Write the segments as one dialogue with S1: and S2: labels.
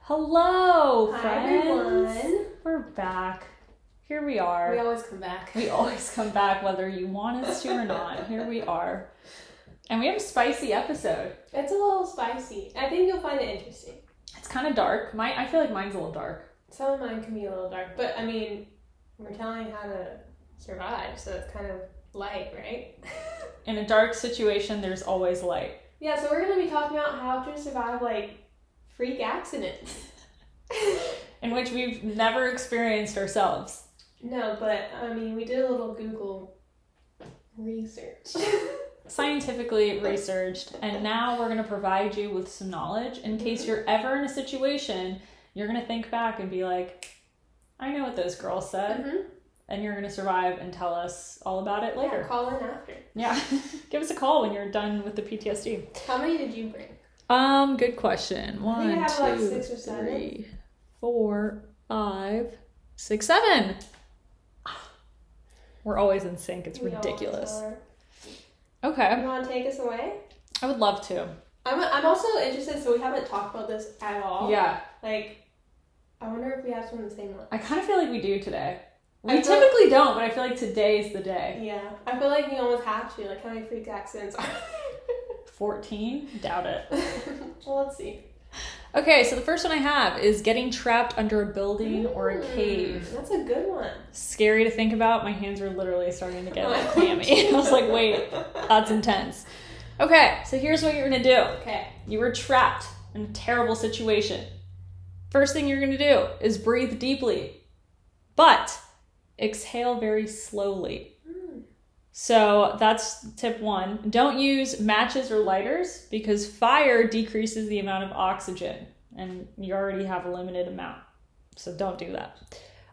S1: Hello,
S2: Hi,
S1: friends.
S2: everyone.
S1: We're back. Here we are.
S2: We always come back.
S1: We always come back, whether you want us to or not. Here we are. And we have a spicy episode.
S2: It's a little spicy. I think you'll find it interesting.
S1: It's kind of dark. My, I feel like mine's a little dark.
S2: Some of mine can be a little dark, but I mean, we're telling how to survive, so it's kind of light, right?
S1: In a dark situation, there's always light.
S2: yeah, so we're gonna be talking about how to survive like freak accidents.
S1: In which we've never experienced ourselves.
S2: no, but I mean, we did a little Google research.
S1: Scientifically researched, and now we're gonna provide you with some knowledge in case you're ever in a situation you're gonna think back and be like, I know what those girls said.
S2: Mhm.
S1: and you're going to survive and tell us all about it
S2: Yeah,
S1: later.
S2: call in after.
S1: Yeah. Give us a call when you're done with the PTSD.
S2: How many did you bring?
S1: Um, good question.
S2: I
S1: One,
S2: think I have, like,
S1: two,
S2: six or seven.
S1: three, four, five, six, seven. We're always in sync. It's
S2: We always
S1: ridiculous.
S2: are.
S1: Okay.
S2: You want to take us away?
S1: I would love to.
S2: I'm, I'm also interested, so we haven't talked about this at all.
S1: Yeah.
S2: Like, I wonder if we have some of the same
S1: I kind of feel like we do today. We
S2: I feel-
S1: typically don't, but I feel like today's the day.
S2: Yeah. I feel like we almost have to. Like, how many freak accidents are
S1: 14? Doubt it.
S2: there? well, let's see.
S1: Okay, so the first one I have is getting trapped under a building or a cave.
S2: Mm, That's a good one.
S1: scary to think about. My hands were literally starting to get like clammy. I was like, wait, that's intense. Okay, so here's what you're gonna do.
S2: Okay.
S1: You were trapped in a terrible situation. First thing you're gonna do is breathe deeply, but exhale very slowly.
S2: Mm.
S1: So that's tip one. Don't use matches or lighters because fire decreases the amount of oxygen and you already have a limited amount. So don't do that.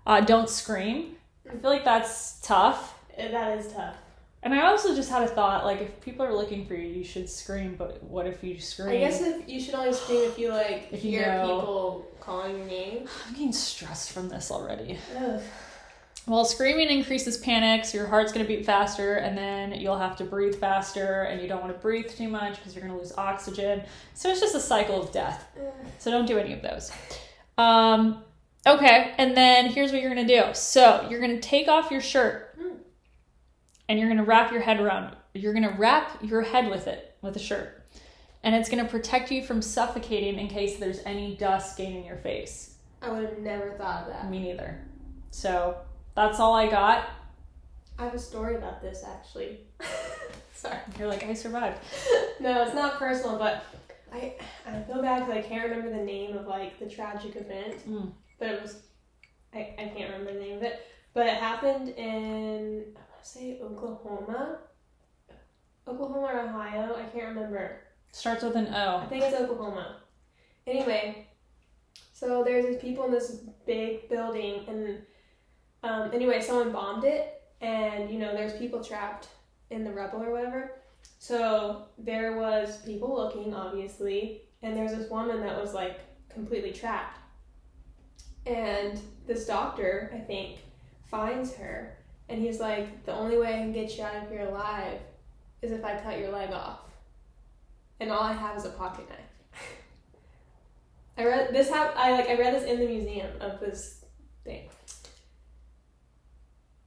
S1: Uh, don't scream. I feel like that's tough.
S2: Uh, That is tough.
S1: And I also just had a thought like, if people are looking for you, you should scream, but what if you scream?
S2: I guess if you should only scream if you, like,
S1: If you
S2: hear
S1: know.
S2: people calling your name.
S1: I'm getting stressed from this already.
S2: Ugh.
S1: Well, screaming increases panic, so your heart's gonna beat faster, and then you'll have to breathe faster, and you don't wanna breathe too much because you're gonna lose oxygen. So it's just a cycle of death.
S2: Ugh.
S1: So don't do any of those. Um, okay, and then here's what you're gonna do. So you're gonna take off your shirt,
S2: Hmm.
S1: and you're gonna wrap your head around. You're gonna wrap your head with it with a shirt, and it's gonna protect you from suffocating in case there's any dust gaining your face.
S2: I would have never thought of that.
S1: Me neither. So that's all I got.
S2: I have a story about this, actually. Sorry.
S1: You're like, I survived.
S2: No, it's not personal, but I I feel bad because I can't remember the name of like the tragic event,
S1: Mm.
S2: but it was I, I can't remember the name of it, but it happened in I want to say Oklahoma, Oklahoma or Ohio, I can't remember.
S1: Starts with an
S2: I
S1: O.
S2: think it's Oklahoma. Anyway, so there's these people in this big building, and um, anyway, someone bombed it, and you know, there's people trapped in the rubble or whatever. So there was people looking, obviously, and there's this woman that was like completely trapped. And this doctor, I think, finds her, and he's like, "The only way I can get you out of here alive is if I cut your leg off." and all I have is a pocket knife. I read this hap- I like I read this in the museum of this thing.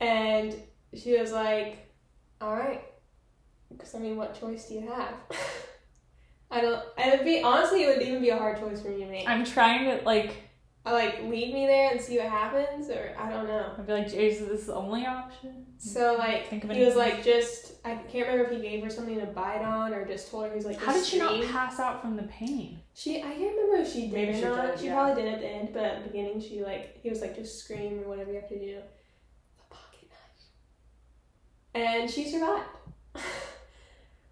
S2: And she was like, "All right, because I mean, what choice do you have?" I don't. It would be honestly, it would even be a hard choice for me to make.
S1: I'm trying to like.
S2: I like leave me there and see what happens, or I don't know.
S1: I'd be like, is this the only option?
S2: So like
S1: Think of
S2: he was
S1: anything.
S2: like just I can't remember if he gave her something to bite on or just told her he was like
S1: How did
S2: just
S1: she not
S2: scream.
S1: pass out from the pain?
S2: She, I can't remember if she did
S1: Maybe
S2: or
S1: she
S2: not.
S1: did,
S2: she
S1: yeah.
S2: probably did at the end, but at the beginning, she like he was like just scream or whatever you have to do. The pocket knife, and she survived.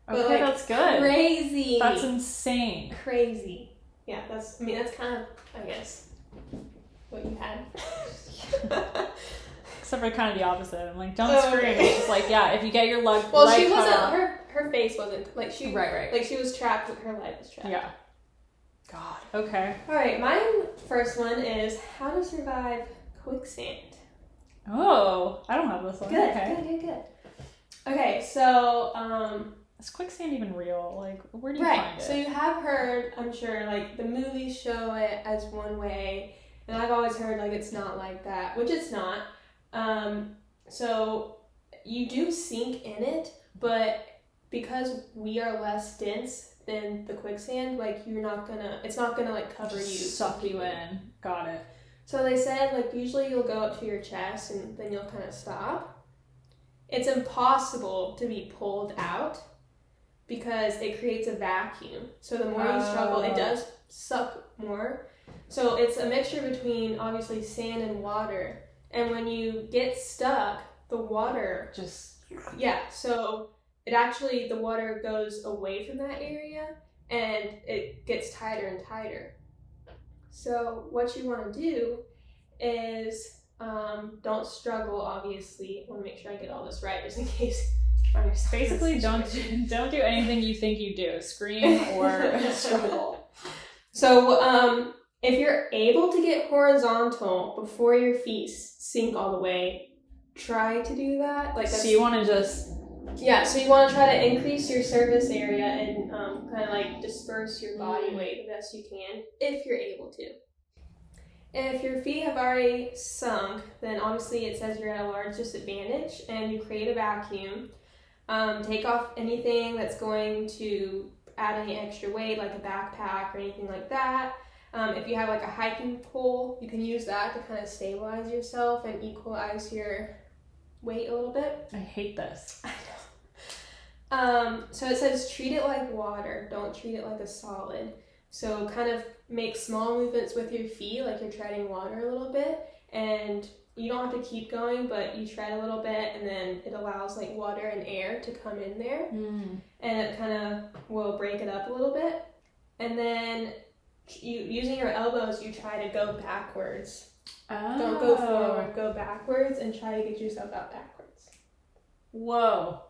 S2: But,
S1: Okay,
S2: like,
S1: that's good.
S2: Crazy.
S1: That's insane.
S2: crazy. Yeah, that's. I mean, that's kind of, I guess, what you had.
S1: Except for kind of the opposite. I'm like, don't
S2: Oh,
S1: scream.
S2: okay.
S1: It's just like, yeah, if you get your leg,
S2: well,
S1: leg
S2: she
S1: cut
S2: wasn't.
S1: off-
S2: Her her face wasn't like she.
S1: Right, right.
S2: Like she was trapped. Her life was trapped.
S1: yeah. God. Okay.
S2: All right, my first one is how to survive quicksand.
S1: Oh, I don't have this one.
S2: Good,
S1: Okay.
S2: good, good, good. Okay, so um,
S1: Is quicksand even real? Like, where do you
S2: Right.
S1: find it?
S2: So you have heard, I'm sure, like the movies show it as one way, and I've always heard like it's not like that, which it's not. Um, so you do sink in it, but because we are less dense than the quicksand, like you're not gonna, it's not gonna like cover you,
S1: Just suck you in. Got it.
S2: So they said like usually you'll go up to your chest and then you'll kind of stop. It's impossible to be pulled out because it creates a vacuum. So the more you struggle,
S1: Oh.
S2: it does suck more. So it's a mixture between obviously sand and water. And when you get stuck, the water,
S1: Just
S2: yeah, so it actually the water goes away from that area and it gets tighter and tighter. So what you want to do is um, don't struggle. Obviously, I want to make sure I get all this right, just in case. I find myself in this
S1: basically don't
S2: situation.
S1: don't do anything you think you do. Scream or struggle.
S2: So um, if you're able to get horizontal before your feet sink all the way, try to do that. Like that's
S1: so you want to just
S2: Yeah, so you want to try to increase your surface area and um, kind of like disperse your body weight the best you can if you're able to. If your feet have already sunk, then obviously it says you're at a large disadvantage and you create a vacuum. Um, take off anything that's going to add any extra weight, like a backpack or anything like that. Um, if you have like a hiking pole, you can use that to kind of stabilize yourself and equalize your weight a little bit.
S1: I hate this.
S2: I know. Um, so it says treat it like water, don't treat it like a solid. So kind of make small movements with your feet, like you're treading water a little bit, and you don't have to keep going, but you tread a little bit, and then it allows like water and air to come in there and it kind of will break it up a little bit. And then you using your elbows, you try to go backwards. Don't
S1: Oh.
S2: go forward, go backwards, and try to get yourself out backwards.
S1: Whoa!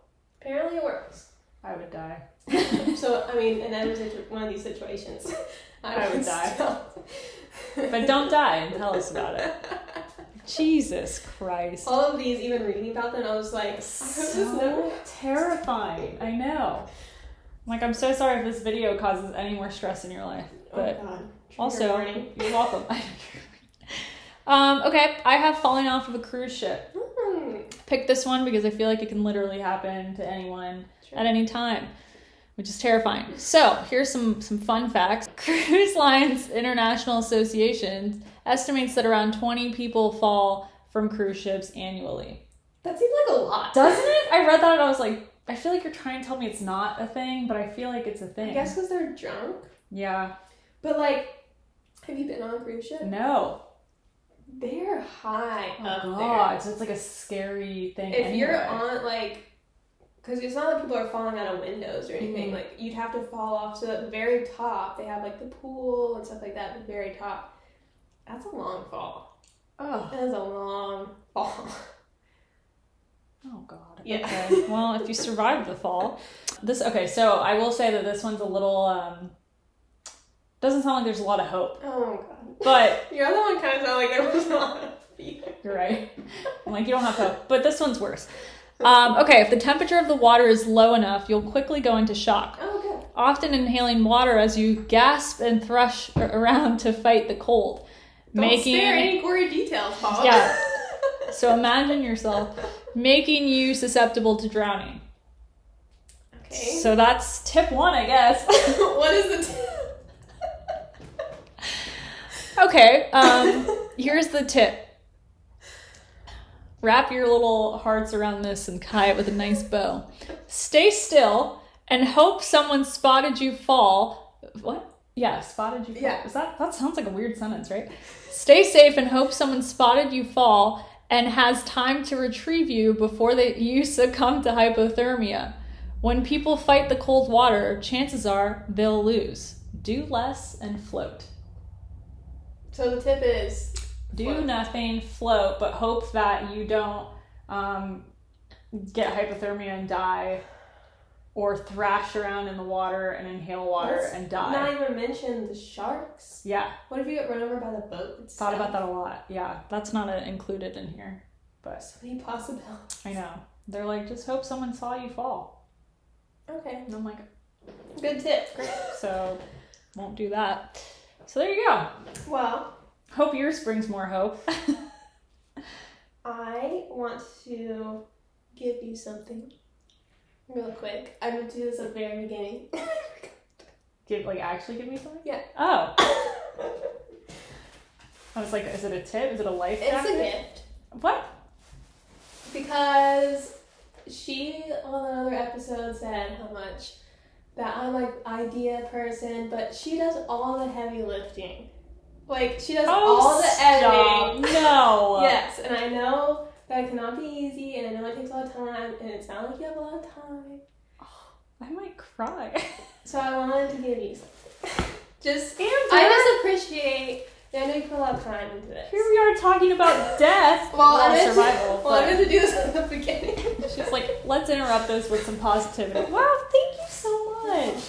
S2: Apparently, it works.
S1: I would die.
S2: So I mean, and I was in one of these situations.
S1: I would die.
S2: still-
S1: But don't die and tell us about it. Jesus Christ.
S2: All of these, even reading about them, I was like, I hope this never- oh
S1: so terrifying. I know. Like, I'm so sorry if this video causes any more stress in your life. But
S2: oh god. Trigger
S1: also,
S2: warning.
S1: you're welcome. um, okay, I have fallen off of a cruise ship.
S2: Mm,
S1: Pick this one because I feel like it can literally happen to anyone
S2: Sure.
S1: at any time, which is terrifying. So here's some some fun facts. Cruise Lines International Association estimates that around 20 people fall from cruise ships annually.
S2: that seems like a lot.
S1: Doesn't it? I read that and I was like, I feel like you're trying to tell me it's not a thing, but I feel like it's a thing.
S2: I guess because they're drunk.
S1: Yeah.
S2: But like, have you been on a cruise ship?
S1: No.
S2: They're high
S1: Oh
S2: up
S1: God. So it's like a scary thing.
S2: there. If you're
S1: anyway.
S2: on like. Because it's not like people are falling out of windows or anything.
S1: Mhm.
S2: Like, you'd have to fall off. So, at the very top, they have like the pool and stuff like that at the very top. That's a long fall.
S1: Oh.
S2: That was a long fall.
S1: Oh God.
S2: Yeah.
S1: Okay. well, if you survive the fall, this okay. So I will say that this one's a little. um Doesn't sound like there's a lot of hope,
S2: Oh god.
S1: but
S2: Your other one kind of sounded like there was a lot of fear.
S1: You're right. I'm like, you don't have hope. But this one's worse. Um, okay, if the temperature of the water is low enough, you'll quickly go into shock.
S2: Oh good.
S1: Often inhaling water as you gasp and thrush a- around to fight the cold.
S2: Don't
S1: making
S2: spare any gory details, Paul.
S1: Yeah. so imagine yourself making you susceptible to drowning.
S2: okay.
S1: So that's tip one, I guess.
S2: what is the
S1: Okay, um, here's the tip. Wrap your little hearts around this and tie it with a nice bow. Stay still and hope someone spotted you fall. What? Yeah, spotted you fall.
S2: Yeah.
S1: Is that that sounds like a weird sentence, right? Stay safe and hope someone spotted you fall and has time to retrieve you before they you succumb to hypothermia. When people fight the cold water, chances are they'll lose. Do less and float.
S2: So the tip is
S1: do
S2: Float.
S1: nothing, float, but hope that you don't um, get hypothermia and die, or thrash around in the water and inhale water
S2: Let's
S1: and die.
S2: not even mention the sharks.
S1: Yeah,
S2: What if you get run over by the boat? and
S1: thought
S2: stuff?
S1: about that a lot. Yeah, that's not uh included in here, but
S2: So many possibilities.
S1: I know they're like just hope someone saw you fall.
S2: Okay.
S1: And I'm like,
S2: Good tip.
S1: so won't do that. So there you go.
S2: Well,
S1: Hope yours brings more hope.
S2: I want to give you something real quick. I'm going to do this at the very beginning.
S1: Give like actually give me something?
S2: Yeah.
S1: Oh.
S2: it's
S1: I was like, is it a tip? Is it a life
S2: a
S1: jacket?
S2: gift.
S1: What?
S2: Because she on another episode said how much that I'm like idea person, but she does all the heavy lifting. Like she does all
S1: Oh,
S2: the
S1: stop.
S2: editing.
S1: No.
S2: Yes, and I know that cannot be easy, and I know it takes a lot of time, and it's not like you have a lot of time.
S1: I might cry.
S2: So I wanted to give you something. just,
S1: Amber,
S2: I just appreciate. I know you put a lot of time into this.
S1: here we are talking about death.
S2: Well, I meant to-
S1: survival.
S2: well, I
S1: but-
S2: meant to do this at the beginning.
S1: She's like, let's interrupt this with some positivity. Wow, thank you so much.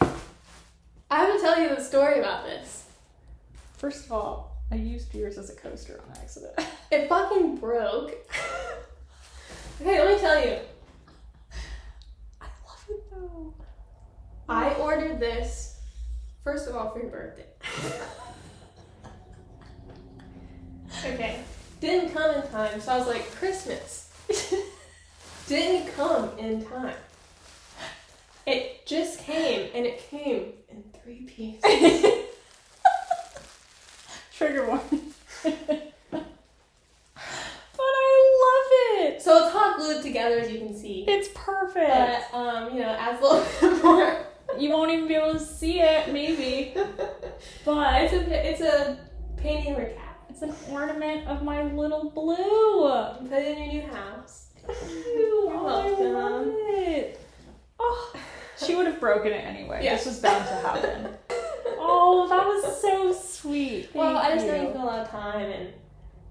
S2: I have to tell you the story about this.
S1: First of all, I used yours as a coaster on accident.
S2: It fucking broke. okay, let me tell you.
S1: I love it though.
S2: I ordered this, first of all, for your birthday. okay. Didn't come in time, so I was like, Christmas. Didn't come in time. It just came, and it came in three pieces.
S1: Trigger warning. but I love it.
S2: So it's hot glued together, as you can see.
S1: It's perfect.
S2: But, um, you know, adds a little bit more.
S1: you won't even be able to see it, maybe. But
S2: It's a, it's a painting or cat.
S1: it's an ornament of my little blue.
S2: Put it in your new house.
S1: Thank you.
S2: You're
S1: I love
S2: welcome.
S1: it. Oh, she would have broken it anyway.
S2: Yeah.
S1: This was bound to happen. Oh, that was so sweet.
S2: Well,
S1: Thank
S2: I just know you
S1: you.
S2: put a lot of time, and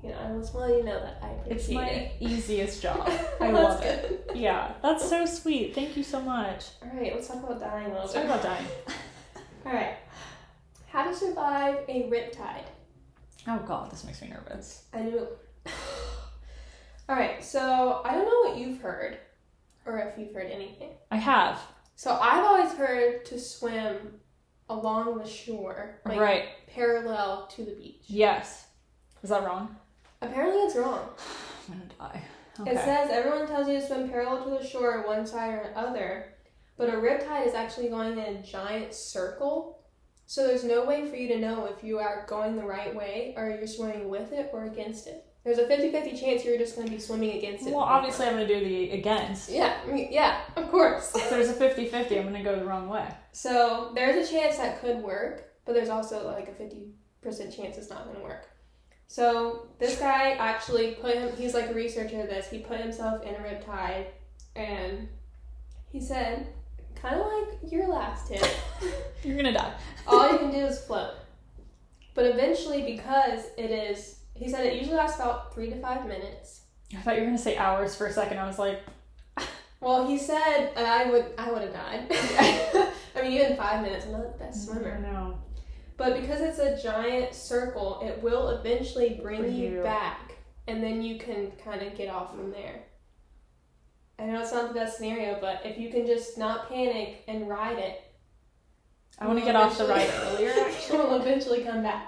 S2: you know, I just want you to know that I
S1: It's
S2: appreciate
S1: my
S2: it.
S1: easiest job. I
S2: That's
S1: love it.
S2: good.
S1: Yeah, that's so sweet. Thank you so much.
S2: All right, let's talk about dying a little
S1: Sorry
S2: bit.
S1: about dying.
S2: All right, how to survive a riptide?
S1: Oh god, this makes me nervous.
S2: I knew. All right, so I don't know what you've heard, or if you've heard anything.
S1: I have.
S2: So I've always heard to swim along the shore, like
S1: right.
S2: parallel to the beach.
S1: Yes. Is that wrong?
S2: Apparently, it's wrong.
S1: I'm gonna die. Okay.
S2: It says everyone tells you to swim parallel to the shore, one side or other, but a riptide is actually going in a giant circle. So there's no way for you to know if you are going the right way or you're swimming with it or against it. There's a 50 50 chance you're just going to be swimming against it.
S1: well, obviously I'm gonna do the against.
S2: Yeah, I mean, yeah, of course.
S1: If there's a 50-50, I'm gonna go the wrong way.
S2: So there's a chance that could work, but there's also like a 50% chance it's not going to work. So this guy actually put him, he's like a researcher of this, he put himself in a riptide and he said, kind of like your last tip,
S1: You're gonna die.
S2: all you can do is float. But eventually, because it is, he said it usually lasts about three to five minutes.
S1: I thought you were gonna say hours for a second. I was like,
S2: Well, he said, and I would, I would have died. I mean, even five minutes, I'm not the best swimmer.
S1: No.
S2: But because it's a giant circle, it will eventually bring
S1: Bring
S2: you
S1: you.
S2: back, and then you can kind of get off from there. I know it's not the best scenario, but if you can just not panic and ride it,
S1: I want to
S2: you'll
S1: get off the ride
S2: eventually-
S1: earlier. Actually,
S2: you'll eventually come back.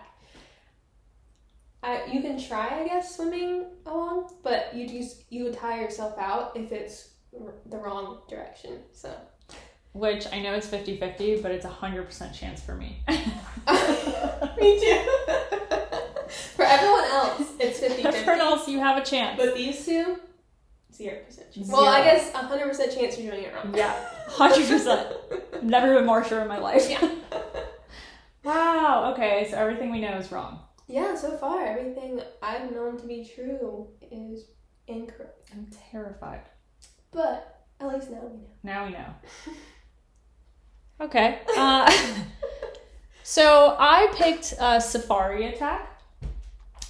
S2: I, you can try, I guess, swimming along, but you just you would tire yourself out if it's r- the wrong direction. So
S1: which I know it's 50-50, but it's a hundred percent chance for me.
S2: me too. For everyone else, it's 50
S1: Everyone else, you have a chance.
S2: But these two, zero percent chance.
S1: Zero.
S2: Well, I guess a hundred percent chance you're doing it wrong.
S1: Yeah, hundred percent. Never been more sure in my life.
S2: Yeah.
S1: Wow. Okay, so everything we know is wrong.
S2: Yeah. So far, everything I've known to be true is incorrect.
S1: I'm terrified.
S2: But at least now we know.
S1: Now we know. Okay. Uh, so I picked uh, Safari Attack.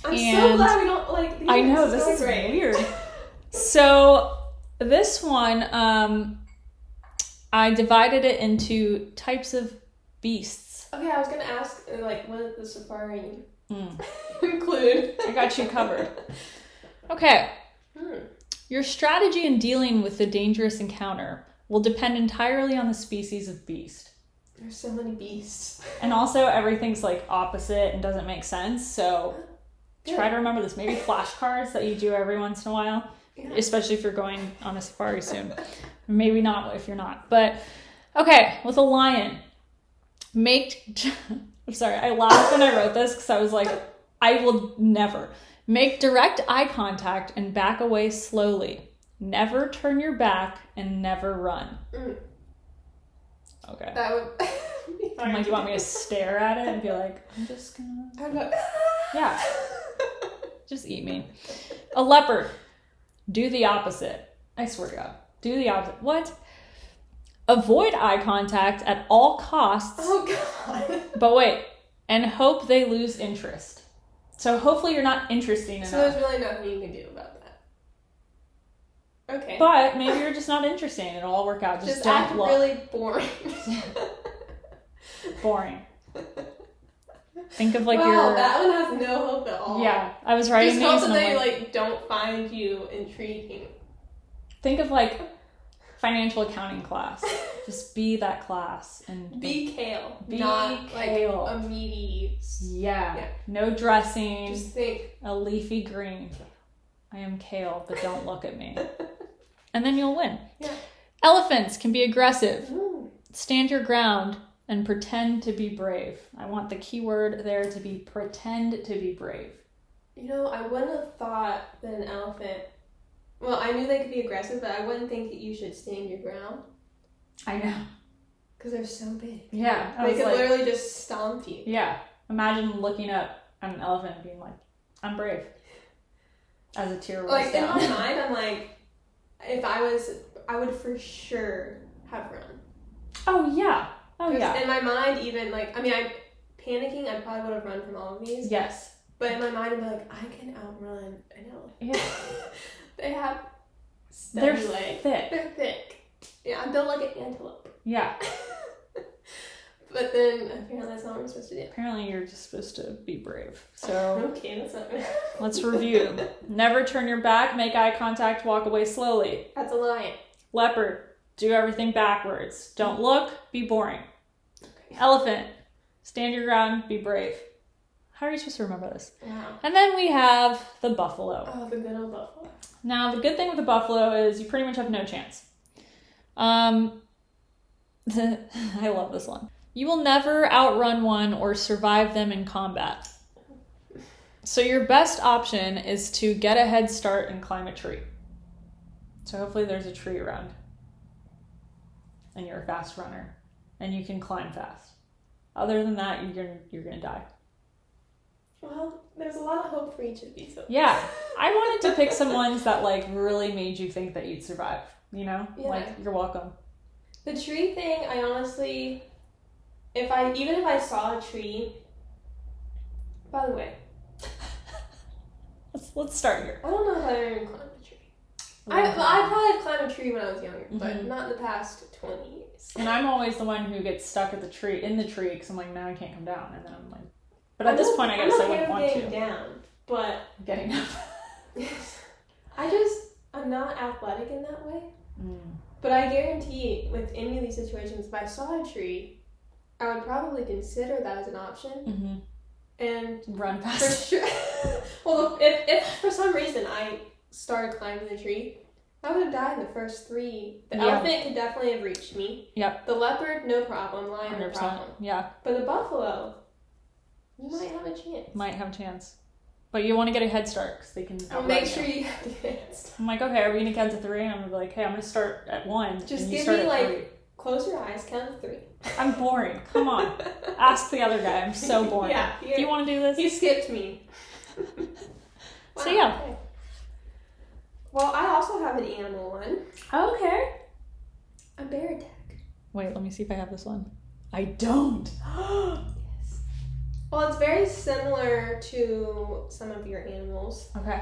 S2: I'm so
S1: And-
S2: glad we don't like. These
S1: I know
S2: are
S1: this
S2: so
S1: is
S2: great.
S1: weird. So this one, um, I divided it into types of beasts.
S2: Okay, I was gonna ask uh, like what did the safari
S1: Mm,
S2: include?
S1: I got you covered. Okay,
S2: Hmm.
S1: your strategy in dealing with the dangerous encounter will depend entirely on the species of beast.
S2: There's so many beasts.
S1: And also, everything's like opposite and doesn't make sense. So try to remember this. Maybe flashcards that you do every once in a while,
S2: Yeah.
S1: especially if you're going on a safari soon. Maybe not if you're not. But okay, with a lion, make. I'm sorry, I laughed when I wrote this because I was like, I will never. Make direct eye contact and back away slowly. Never turn your back and never run.
S2: Mm.
S1: Okay.
S2: That would be
S1: I'm
S2: hard
S1: like,
S2: to
S1: you want
S2: do.
S1: me to stare at it and be like, I'm just gonna
S2: I would go,
S1: Yeah. just eat me. A leopard. Do the opposite. I swear to God. Do the opposite. What? Avoid eye contact at all costs.
S2: oh god.
S1: But wait, and hope they lose interest. So hopefully you're not interesting enough.
S2: So there's really nothing you can do about that. Okay.
S1: but maybe you're just not interesting. It'll all work out. Just,
S2: just
S1: don't
S2: act
S1: look
S2: really boring.
S1: boring. Think of like
S2: wow,
S1: your
S2: that one has no hope at all.
S1: yeah. I was writing
S2: Just hope
S1: these
S2: that
S1: and I'm
S2: they
S1: like,
S2: like don't find you intriguing.
S1: think of like financial accounting class. Just be that class and
S2: Be kale,
S1: Be
S2: not
S1: kale.
S2: like a meaty.
S1: Yeah.
S2: Yeah.
S1: No dressing,
S2: Just think,
S1: a leafy green. I am kale, but don't look at me. And then you'll win.
S2: Yeah.
S1: Elephants can be aggressive.
S2: ooh,
S1: Stand your ground and pretend to be brave. I want the key word there to be pretend to be brave.
S2: you know, I wouldn't have thought that an elephant. Well, I knew they could be aggressive, but I wouldn't think that you should stand your ground
S1: I know.
S2: because they're so big.
S1: Yeah. I
S2: they
S1: was
S2: could
S1: like,
S2: literally just stomp you.
S1: yeah. Imagine looking up at an elephant and being like, I'm brave. As a tear rolls
S2: Like in
S1: down.
S2: my mind, I'm like, if I was, I would for sure have run.
S1: oh, yeah. Oh,
S2: 'Cause
S1: yeah.
S2: In my mind, even like, I mean, I'm panicking. I probably would have run from all of these.
S1: Yes.
S2: But in my mind, I'm like, I can outrun an elephant.
S1: Yeah.
S2: they have
S1: They're
S2: stubby legs.
S1: thick.
S2: They're thick. Yeah, I'm built like an antelope.
S1: Yeah.
S2: But then apparently that's not what we're supposed to do.
S1: Apparently, you're just supposed to be brave. So
S2: Okay, that's not.
S1: let's review. Never turn your back, make eye contact, walk away slowly.
S2: that's a lion.
S1: Leopard, do everything backwards. Don't look, be boring.
S2: Okay.
S1: Elephant, stand your ground, be brave. How are you supposed to remember this?
S2: Wow.
S1: And then we have the buffalo.
S2: Oh, the good old buffalo.
S1: Now, the good thing with the buffalo is you pretty much have no chance. Um, I love this one. You will never outrun one or survive them in combat. So your best option is to get a head start and climb a tree. So hopefully there's a tree around. And you're a fast runner and you can climb fast. Other than that, you're gonna, you're going to die.
S2: Well, there's a lot of hope for each of these. so-
S1: Yeah. I wanted to pick some ones that like really made you think that you'd survive, you know?
S2: Yeah.
S1: Like you're welcome.
S2: The tree thing, I honestly, if I even if I saw a tree. By the way,
S1: Let's, let's start here.
S2: I don't know if I ever even climbed a tree. I, well, I probably have climbed a tree when I was younger, but
S1: Mhm.
S2: not in the past twenty years.
S1: And I'm always the one who gets stuck at the tree in the tree because I'm like, now I can't come down, and then I'm like, but at this point, I guess
S2: I'm
S1: I wouldn't want to
S2: getting down, but
S1: getting up.
S2: I just I'm not athletic in that way.
S1: Mm.
S2: But I guarantee, with any of these situations, if I saw a tree, I would probably consider that as an option.
S1: Mm-hmm.
S2: And
S1: Run
S2: for
S1: past.
S2: sure, well, if, if for some reason I started climbing the tree, I would have died in the first three. The
S1: Yeah.
S2: elephant could definitely have reached me.
S1: Yep.
S2: The leopard, no problem. Lion, no
S1: 100%.
S2: problem.
S1: Yeah,
S2: But the buffalo, you might have a chance.
S1: might have a chance, but you want to get a head start because they can.
S2: Well,
S1: outrun
S2: make
S1: you.
S2: sure you have advanced.
S1: I'm like, okay, are we gonna count to three? And I'm gonna be like, hey, I'm gonna start at one.
S2: Just
S1: and you
S2: give
S1: start
S2: me,
S1: at
S2: like-
S1: three.
S2: Close your eyes, count to three.
S1: I'm boring. Come on, ask the other guy. I'm so boring.
S2: Yeah,
S1: Do you
S2: you're-
S1: want to do this?
S2: He skipped me.
S1: So, yeah.
S2: okay. Well, I also have an animal one.
S1: Okay.
S2: A bear attack.
S1: Wait, let me see if I have this one. I don't.
S2: yes. Well, it's very similar to some of your animals.
S1: Okay.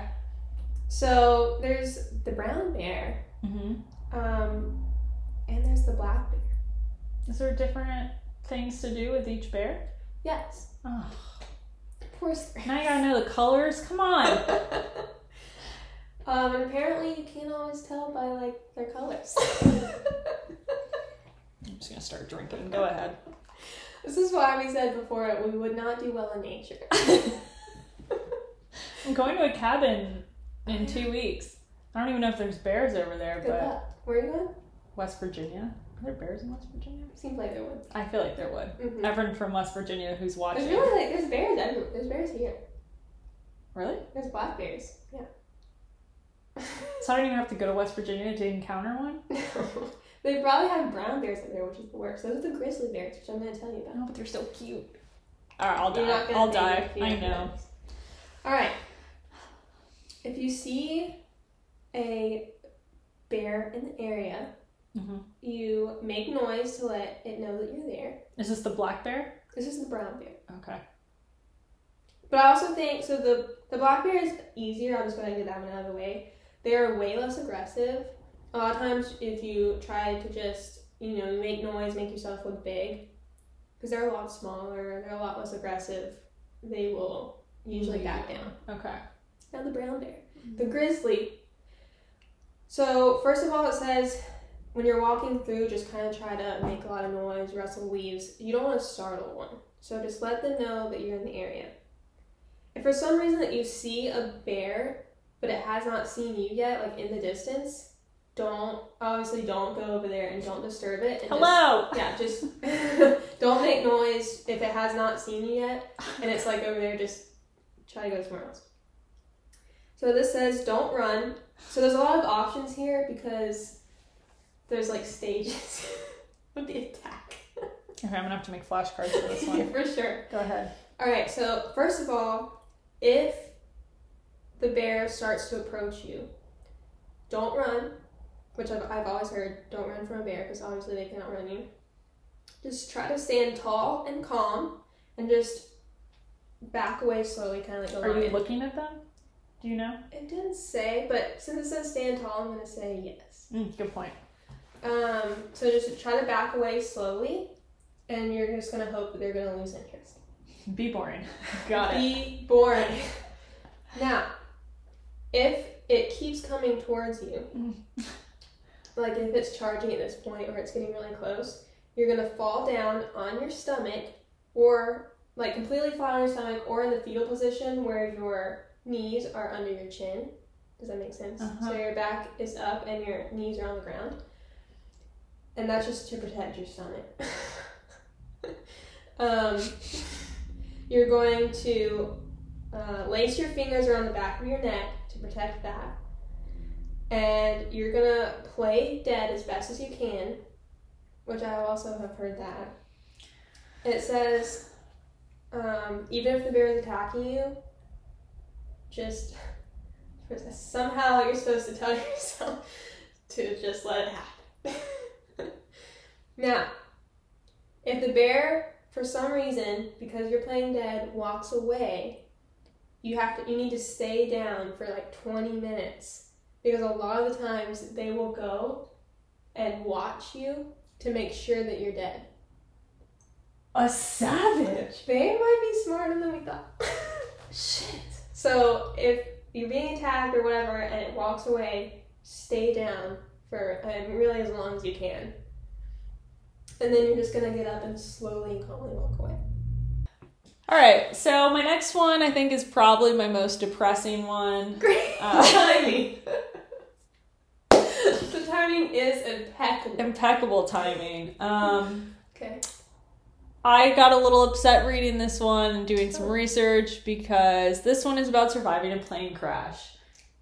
S2: So there's the brown bear,
S1: Mm-hmm.
S2: um, and there's the black bear.
S1: Is there different things to do with each bear?
S2: Yes.
S1: Oh,
S2: Of course. there
S1: now you
S2: is.
S1: gotta know the colors. Come on.
S2: um, and apparently you can't always tell by like their colors.
S1: just gonna start drinking. Go ahead.
S2: This is why we said before we would not do well in nature.
S1: I'm going to a cabin in two weeks. I don't even know if there's bears over there,
S2: Good
S1: but
S2: luck. Where are you going?
S1: West Virginia. Are there bears in West Virginia?
S2: Seems like there would.
S1: I feel like there would.
S2: Mhm.
S1: Everyone from West Virginia who's watching.
S2: There's really like there's bears. Everywhere. There's bears here.
S1: Really?
S2: There's black bears. Yeah.
S1: So I don't even have to go to West Virginia to encounter one.
S2: they probably have brown bears up there, which is the worst. Those are the grizzly bears, which I'm going to tell you about.
S1: No, but they're so cute. All right, I'll
S2: You're
S1: die.
S2: not gonna
S1: I'll
S2: be
S1: die.
S2: if you
S1: I
S2: don't
S1: know.
S2: All right. If you see a bear in the area,
S1: hmm
S2: you make noise to let it know that you're there.
S1: Is this the black bear?
S2: This is the brown bear.
S1: Okay.
S2: But I also think so. The the black bear is easier. I'll just go ahead and get that one out of the way. They are way less aggressive. A lot of times, if you try to just you know make noise, make yourself look big, because they're a lot smaller, they're a lot less aggressive. They will usually back down.
S1: Okay.
S2: Now the brown bear, the grizzly. So first of all, it says when you're walking through, just kind of try to make a lot of noise, rustle leaves. You don't want to startle one, so just let them know that you're in the area. If for some reason that you see a bear, but it has not seen you yet, like in the distance, don't obviously don't go over there and don't disturb it. and just-
S1: Hello.
S2: yeah, just don't make noise if it has not seen you yet, and it's like over there. Just try to go somewhere else. So this says don't run. So there's a lot of options here because there's like stages of the attack
S1: Okay, I'm gonna have to make flashcards for this one.
S2: for sure.
S1: Go ahead.
S2: All right. So first of all, if the bear starts to approach you, don't run. Which I've, I've always heard, don't run from a bear because obviously they cannot run you. Just try to stand tall and calm, and just back away slowly, kind of like a
S1: Are you
S2: lion.
S1: looking at them? Do you know?
S2: It didn't say, but since it says stand tall, I'm gonna say yes.
S1: Mm, good point.
S2: Um, so just try to back away slowly, and you're just gonna hope that they're gonna lose interest.
S1: Be boring. Got it.
S2: Be boring. now, if it keeps coming towards you, like if it's charging at this point or it's getting really close, you're gonna fall down on your stomach or like completely flat on your stomach or in the fetal position where your knees are under your chin. Does that make sense?
S1: Uh-huh.
S2: So your back is up and your knees are on the ground. And that's just to protect your stomach. um, you're going to uh, lace your fingers around the back of your neck to protect that. And you're gonna play dead as best as you can, which I also have heard that. It says, um, even if the bear is attacking you, just somehow you're supposed to tell yourself to just let it happen. now, if the bear, for some reason, because you're playing dead, walks away, you have to you need to stay down for like 20 minutes because a lot of the times they will go and watch you to make sure that you're dead.
S1: A savage.
S2: They might be smarter than we thought.
S1: Shit.
S2: so if you're being attacked or whatever and it walks away, stay down for um, really as long as you can. And then you're just gonna get up and slowly and calmly walk away.
S1: All right. So my next one, I think, is probably my most depressing one.
S2: Great
S1: Uh,
S2: timing. the timing is impeccable.
S1: Impeccable timing. Um,
S2: Okay.
S1: I got a little upset reading this one and doing some research because this one is about surviving a plane crash.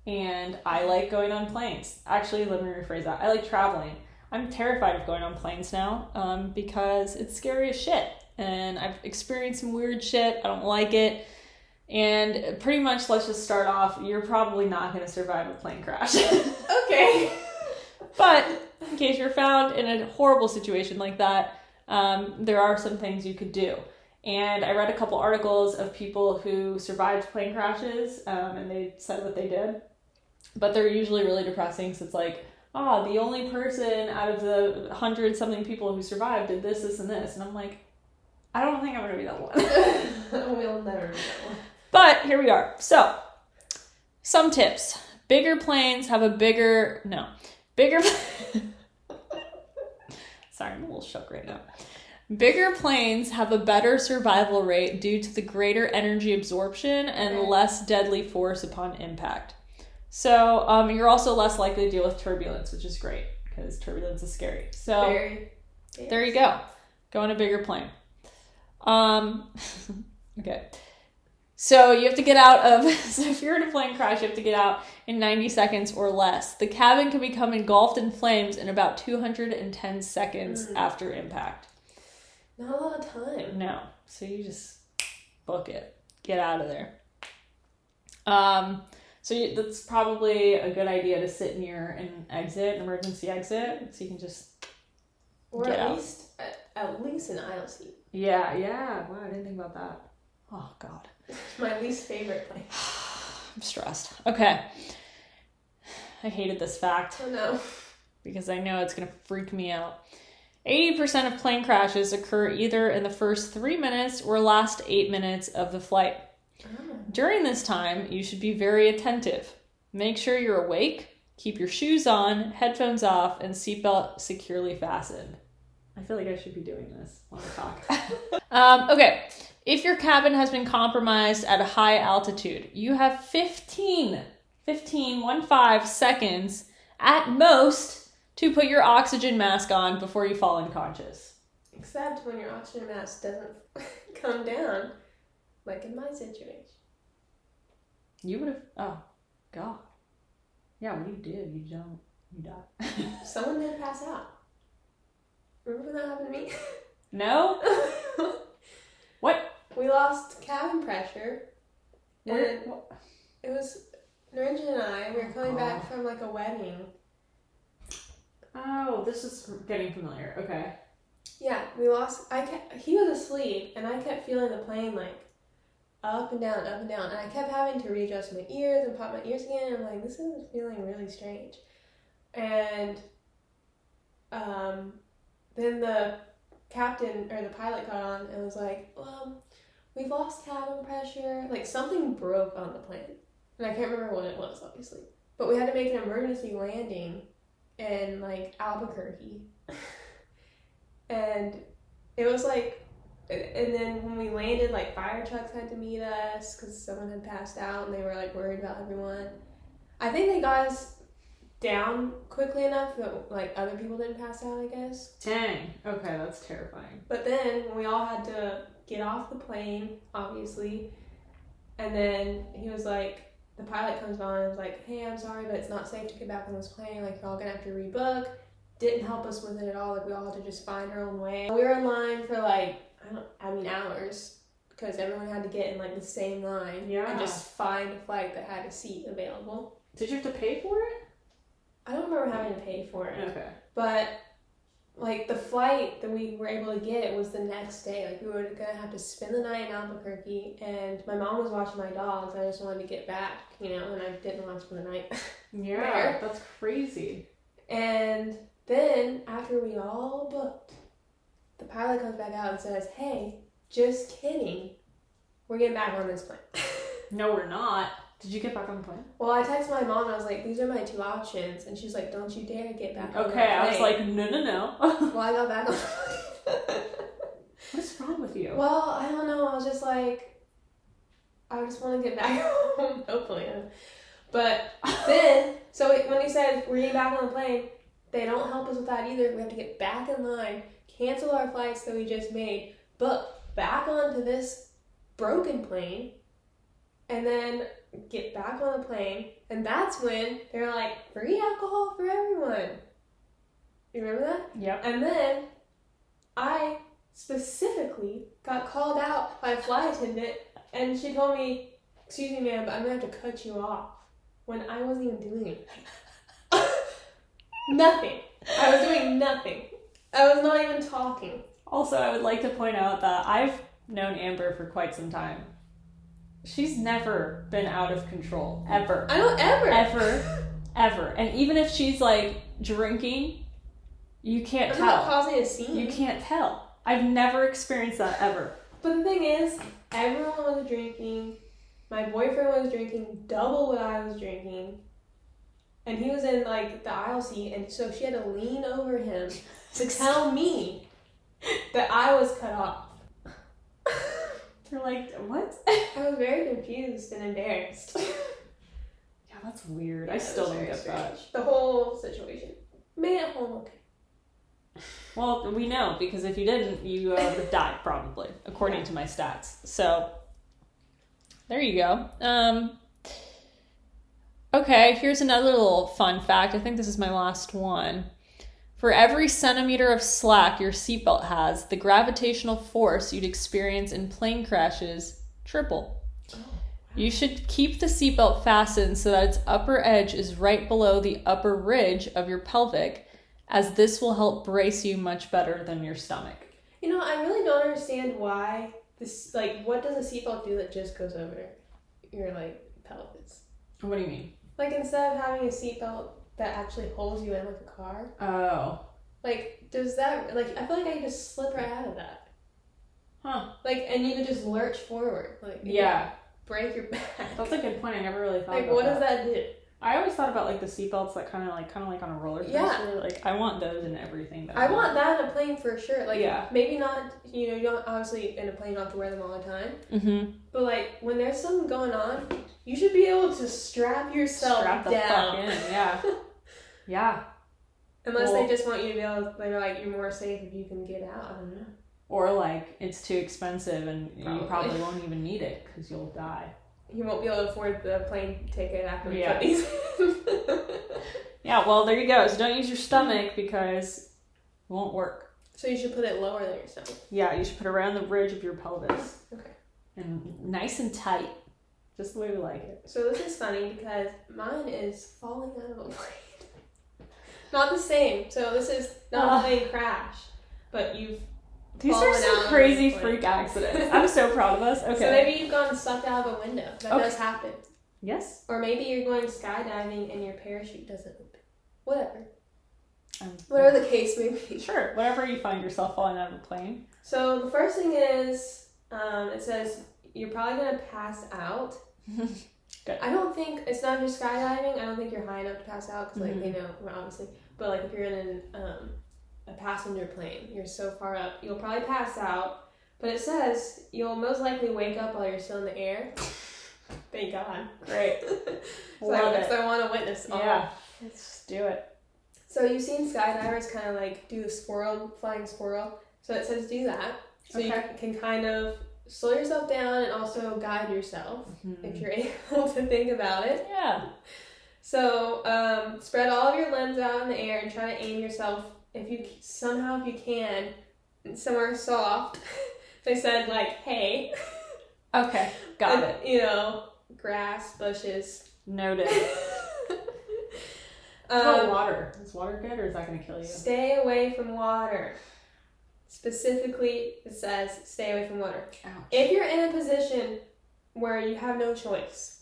S1: And I like going on planes. Actually, let me rephrase that. I like traveling. I'm terrified of going on planes now um, because it's scary as shit. And I've experienced some weird shit. I don't like it. And pretty much, let's just start off. You're probably not going to survive a plane crash.
S2: Okay.
S1: But in case you're found in a horrible situation like that, um, there are some things you could do. And I read a couple articles of people who survived plane crashes um, and they said what they did. But they're usually really depressing because it's like, ah, the only person out of the hundred something people who survived did this, this, and this. And I'm like, I don't think I'm going to be that one.
S2: we'll never know.
S1: But here we are. So, some tips. Bigger planes have a bigger no. Bigger Sorry, I'm a little shook right now. Bigger planes have a better survival rate due to the greater energy absorption and
S2: Okay.
S1: less deadly force upon impact. So, um, you're also less likely to deal with turbulence, which is great because turbulence is scary. So,
S2: Very.
S1: there you go. Go on a bigger plane. Um, okay. So you have to get out of. So if you're in a plane crash, you have to get out in 90 seconds or less. The cabin can become engulfed in flames in about 210 seconds
S2: Mm.
S1: after impact.
S2: Not a lot of time.
S1: No. So you just book it. Get out of there. Um, so you, that's probably a good idea to sit near an exit, an emergency exit, so you can just
S2: Or
S1: Get
S2: at
S1: out.
S2: least at, at least an aisle seat.
S1: Yeah, yeah. Wow, I didn't think about that. Oh God,
S2: My least favorite place.
S1: I'm stressed. Okay, I hated this fact
S2: Oh no.
S1: because I know it's gonna freak me out. 80% of plane crashes occur either in the first three minutes or last eight minutes of the flight. During this time, you should be very attentive. Make sure you're awake, keep your shoes on, headphones off, and seatbelt securely fastened. I feel like I should be doing this on the talk. um, okay, if your cabin has been compromised at a high altitude, you have 15, 15, one five seconds at most to put your oxygen mask on before you fall unconscious.
S2: Except when your oxygen mask doesn't come down, like in my situation.
S1: You would have, oh, God. Yeah, what do you do? You don't, you die.
S2: Someone did pass out. Remember when that happened to me?
S1: No? What?
S2: we lost cabin pressure.
S1: Where-
S2: And it was Narendra and I, we were coming back from like a wedding.
S1: Oh, this is getting familiar. Okay.
S2: Yeah, we lost. I kept, he was asleep, and I kept feeling the plane like up and down, up and down, and I kept having to readjust my ears and pop my ears again. And I'm like, this is feeling really strange. And um, then the captain or the pilot got on and was like, "Well, we've lost cabin pressure. Like something broke on the plane, and I can't remember what it was, obviously. But we had to make an emergency landing in like Albuquerque." and it was like and- and then when we landed like fire trucks had to meet us because someone had passed out and they were like worried about everyone i think they got us down quickly enough that like other people didn't pass out i guess
S1: Dang. Okay, that's terrifying.
S2: but then we all had to get off the plane obviously and then he was like the pilot comes on and is like hey i'm sorry but it's not safe to get back on this plane like you're all gonna have to rebook didn't help us with it at all. Like we all had to just find our own way. We were in line for like I don't, I mean hours because everyone had to get in like the same line
S1: Yeah.
S2: and just find a flight that had a seat available.
S1: Did you have to pay for it?
S2: I don't remember having to pay for it,
S1: Okay.
S2: but like the flight that we were able to get was the next day. Like we were gonna have to spend the night in Albuquerque, and my mom was watching my dogs. I just wanted to get back, you know, and I didn't want to spend the night.
S1: Yeah,
S2: Fair.
S1: that's crazy.
S2: And then after we all booked, the pilot comes back out and says, "Hey, just kidding. We're getting back on this plane."
S1: No, we're not. Did you get back on the plane?
S2: well, I texted my mom. and I was like, "These are my two options," and she's like, "Don't you dare get back." on
S1: Okay,
S2: that
S1: I was like,
S2: plane."
S1: no, no, no.
S2: "Well, I got back on." the plane.
S1: What's wrong with you?
S2: well, I don't know. I was just like, I just want to get back home. Hopefully, I don't. but then, so it- when he said we're getting back on the plane, they don't help us with that either. We have to get back in line, cancel our flights that we just made, book back onto this broken plane, and then get back on the plane. And that's when they're like, free alcohol for everyone. You remember that?
S1: Yep.
S2: And then I specifically got called out by a flight attendant, and she told me, "Excuse me, ma'am, but I'm gonna have to cut you off." When I wasn't even doing anything. nothing. I was doing nothing. I was not even talking.
S1: Also, I would like to point out that I've known Amber for quite some time. She's never been out of control, ever.
S2: I don't ever.
S1: Ever. Ever. And even if she's like drinking, you can't
S2: I'm
S1: tell.
S2: not causing a scene.
S1: You can't tell. I've never experienced that ever.
S2: But the thing is, everyone was drinking. My boyfriend was drinking double what I was drinking. and he was in like the aisle seat, and so she had to lean over him to tell me that I was cut off.
S1: They're like, what?
S2: I was very confused and embarrassed.
S1: Yeah, that's weird. I
S2: That
S1: still
S2: was
S1: don't
S2: very
S1: get that.
S2: strange. The whole situation made it home okay.
S1: Well, we know because if you didn't, you uh, would die probably, according to my stats. So there you go. Um, okay, here's another little fun fact. I think this is my last one. For every centimeter of slack your seatbelt has, the gravitational force you'd experience in plane crashes triple. You should keep the seatbelt fastened so that its upper edge is right below the upper ridge of your pelvic, as this will help brace you much better than your stomach.
S2: You know, I really don't understand why this. Like, what does a seatbelt do that just goes over your like pelvis?
S1: What do you mean?
S2: Like instead of having a seatbelt that actually holds you in like a car,
S1: Oh.
S2: like does that like I feel like I could just slip right out of that.
S1: Huh.
S2: Like, and you could just lurch forward. Like, you
S1: Yeah.
S2: could break your back.
S1: That's a good point. I never really thought
S2: like,
S1: about
S2: what
S1: that.
S2: does that do?
S1: I always thought about like the seatbelts that kind of like kind of like on a roller coaster.
S2: Yeah.
S1: Like I want those in everything. That
S2: I want that in a plane for sure. Like,
S1: Yeah.
S2: maybe not. You know, you don't obviously in a plane you don't have to wear them all the time.
S1: Mm-hmm.
S2: But like, when there's something going on, you should be able to strap yourself
S1: Strap the
S2: down.
S1: fuck in. Yeah. yeah.
S2: Unless
S1: Well-
S2: they just want you to be able. They're like, you're more safe if you can get out. I don't know.
S1: Or like it's too expensive and you
S2: Probably.
S1: probably won't even need it because you'll die.
S2: You won't be able to afford the plane ticket after we
S1: Yeah.
S2: put these.
S1: Yeah. Well, there you go. So don't use your stomach because it won't work.
S2: so you should put it lower than yourself.
S1: Yeah, you should put around the ridge of your pelvis.
S2: Okay.
S1: And nice and tight. Just the way we like it.
S2: So this is funny because mine is falling out of a plane. Not the same. So this is not
S1: Ah.
S2: a plane crash, but you've
S1: These
S2: Falling
S1: are
S2: out
S1: some
S2: of
S1: crazy
S2: the plane.
S1: freak accidents. I'm so proud of us. Okay.
S2: so maybe you've gone sucked out of a window. That
S1: Okay.
S2: does happen.
S1: yes.
S2: Or maybe you're going skydiving and your parachute doesn't open. Whatever.
S1: Um,
S2: Whatever the case may be.
S1: Sure. Whatever you find yourself falling out of a plane.
S2: So the first thing is, um, it says you're probably gonna pass out.
S1: Good.
S2: I don't think it's not just skydiving. I don't think you're high enough to pass out because, like,
S1: Mhm.
S2: you know, well, obviously. But like, if you're in an, um, a passenger plane, you're so far up, you'll probably pass out. But it says you'll most likely wake up while you're still in the air. Thank God.
S1: Great.
S2: So I,
S1: Love
S2: because
S1: it.
S2: I want to witness all.
S1: Yeah. Let's just do it.
S2: So you've seen skydivers kind of like do the swirl, flying swirl. So it says do that. So
S1: Okay.
S2: you can kind of slow yourself down and also guide yourself
S1: Mm-hmm.
S2: if you're able to think about it.
S1: Yeah.
S2: So um, spread all of your limbs out in the air and try to aim yourself if you somehow if you can somewhere soft. they said like hay,
S1: Okay. Got it.
S2: and, You know, grass, bushes.
S1: Noted. How about
S2: um,
S1: water? Is water good or is that going to kill you?
S2: stay away from water. Specifically, it says stay away from water.
S1: Ouch.
S2: If you're in a position where you have no choice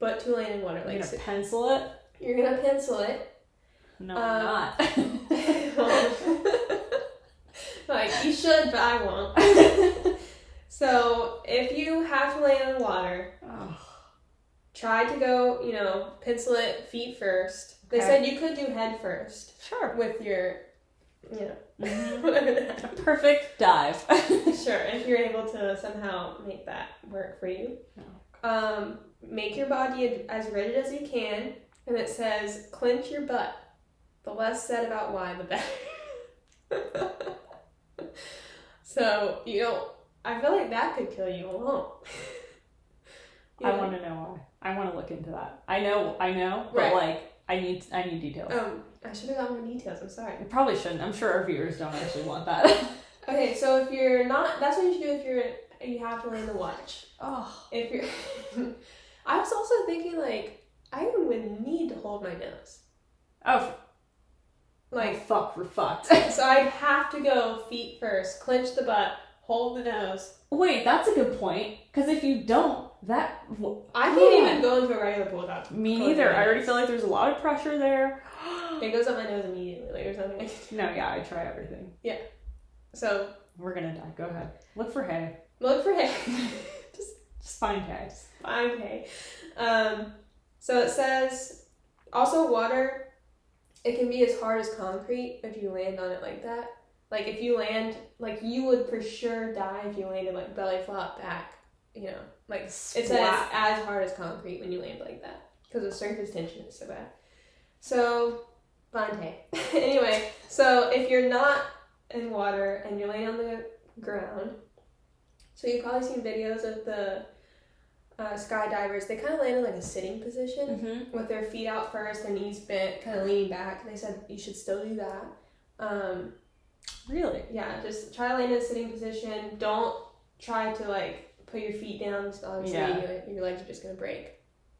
S2: but to land in water,
S1: You're
S2: like
S1: going to pencil it?
S2: you're gonna pencil it.
S1: No,
S2: Um,
S1: I'm
S2: like you should, but I won't. so if you have to land on water,
S1: not.
S2: try to go, you know, pencil it feet first. They
S1: Okay.
S2: said you could do head first
S1: sure.
S2: with your, you
S1: Mhm.
S2: know,
S1: A perfect dive.
S2: sure if you're able to somehow make that work for you.
S1: Oh,
S2: Um, make your body as rigid as you can, and it says clench your butt. The less said about why, the better. so you don't. I feel like that could kill you alone.
S1: I want to know why. I want to look into that. I know, I know, but
S2: Right.
S1: like, I need, I need details.
S2: Um, I should have got more details. I'm sorry.
S1: I probably shouldn't. I'm sure our viewers don't actually want that.
S2: Okay, so if you're not, that's what you should do if you're. You have to learn to watch.
S1: oh,
S2: If you're, I was also thinking like I would need to hold my nose.
S1: oh, f-
S2: Like
S1: oh, fuck, we're fucked.
S2: So I'd have to go feet first, clench the butt, hold the nose.
S1: Wait, that's a good point. Because if you don't, that w-
S2: I can't
S1: Yeah.
S2: even go into a regular pool without.
S1: me
S2: Totally.
S1: neither. I already feel like there's a lot of pressure there.
S2: It goes up my nose immediately. Like there's nothing. I can-
S1: no, yeah, I try everything.
S2: So
S1: We're gonna die. Go ahead. Look for hay.
S2: look for hay. Just
S1: Just find hay.
S2: find hay. Um, so it says Also, water, it can be as hard as concrete if you land on it like that. Like if you land, like you would for sure die if you landed like belly flop back. You know, like it's as,
S1: Splat.
S2: as hard as concrete when you land like that because the surface tension is so bad. So, Bonte. anyway, so if you're not in water and you're laying on the ground, so you've probably seen videos of the uh, skydivers. They kind of land in like a sitting position
S1: Mm-hmm.
S2: with their feet out first, their knees bent, kind of leaning back. They said you should still do that. Um,
S1: Really?
S2: yeah, just try to land in a sitting position. Don't try to like put your feet down. 'cause Obviously,
S1: Yeah.
S2: your- your legs are just gonna break.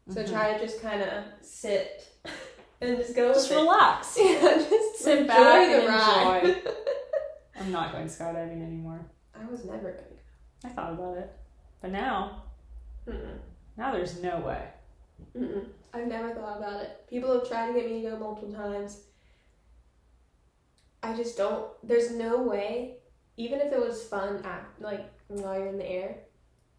S2: So
S1: Mhm.
S2: try to just kind of sit and just go.
S1: Just
S2: with it.
S1: relax.
S2: Yeah, just
S1: Sit
S2: enjoy
S1: back
S2: the
S1: and
S2: ride.
S1: enjoy. I'm not going skydiving anymore.
S2: I was never going.
S1: I thought about it, but now,
S2: Mm-mm.
S1: now there's no way.
S2: Mm-mm. I've never thought about it. People have tried to get me to go multiple times. I just don't. There's no way, even if it was fun, act, like while you're in the air,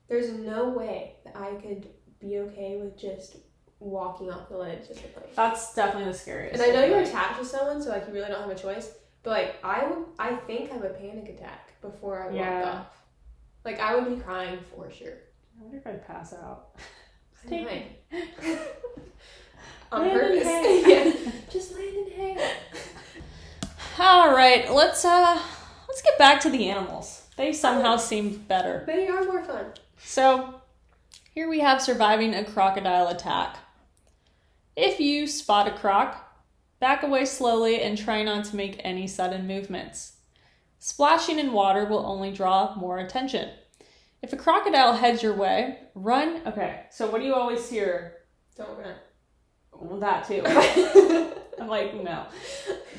S2: there's no way that I could be okay with just walking off the ledge of the plane.
S1: That's definitely the scariest.
S2: And I know
S1: thing,
S2: you're
S1: like-
S2: attached to someone, so like you really don't have a choice. But like I would, I think have a panic attack before I walk
S1: Yeah.
S2: off. Like I would be crying for sure.
S1: I wonder if I'd pass out.
S2: I
S1: Take
S2: might.
S1: me.
S2: On
S1: Land in
S2: purpose.
S1: hay.
S2: Yeah. Just land in hay.
S1: All right, let's uh, let's get back to the animals. They somehow seem better.
S2: They are more fun.
S1: So, here we have surviving a crocodile attack. If you spot a croc, back away slowly and try not to make any sudden movements. Splashing in water will only draw more attention. If a crocodile heads your way, run. Okay, so what do you always hear?
S2: Don't run.
S1: Well, that too. I'm like, no.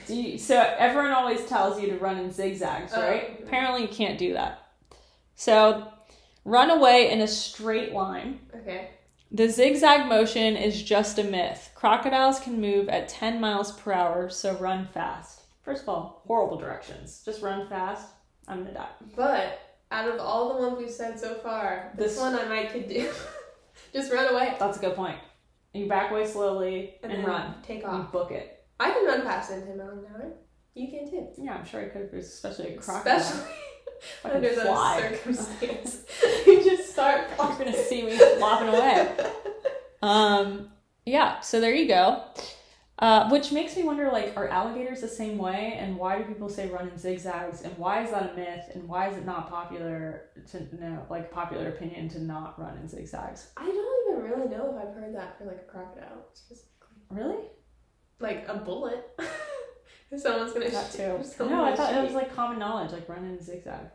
S1: Do you, so everyone always tells you to run in zigzags,
S2: Oh,
S1: right?
S2: mhm.
S1: Apparently, you can't do that. So, run away in a straight line.
S2: okay.
S1: The zigzag motion is just a myth. Crocodiles can move at 10 miles per hour, so run fast. First of all, horrible directions. Just run fast. I'm gonna die.
S2: But out of all the ones we've said so far, this,
S1: This-
S2: one I might could do. Just run away
S1: That's a good point. You back away slowly and,
S2: then
S1: run. Mm.
S2: Take
S1: You
S2: off.
S1: book it.
S2: I can run past in 10 miles an hour. You can too.
S1: Yeah, I'm sure I could, especially a crocodile.
S2: Especially
S1: I can
S2: under those
S1: fly.
S2: circumstances. you just start
S1: You're
S2: flying.
S1: gonna see me flopping away. Um, yeah. So there you go. Uh, which makes me wonder, like, are alligators the same way? And why do people say run in zigzags? And why is that a myth? And why is it not popular to know, like, popular opinion to not run in zigzags?
S2: I don't even really know if I've heard that for like a crocodile. It's just
S1: Really?
S2: like a bullet. If Someone's gonna
S1: That
S2: shoot.
S1: too.
S2: if someone's
S1: No, I
S2: gonna
S1: thought it
S2: shoot
S1: was
S2: you.
S1: like common knowledge, like run in zigzag.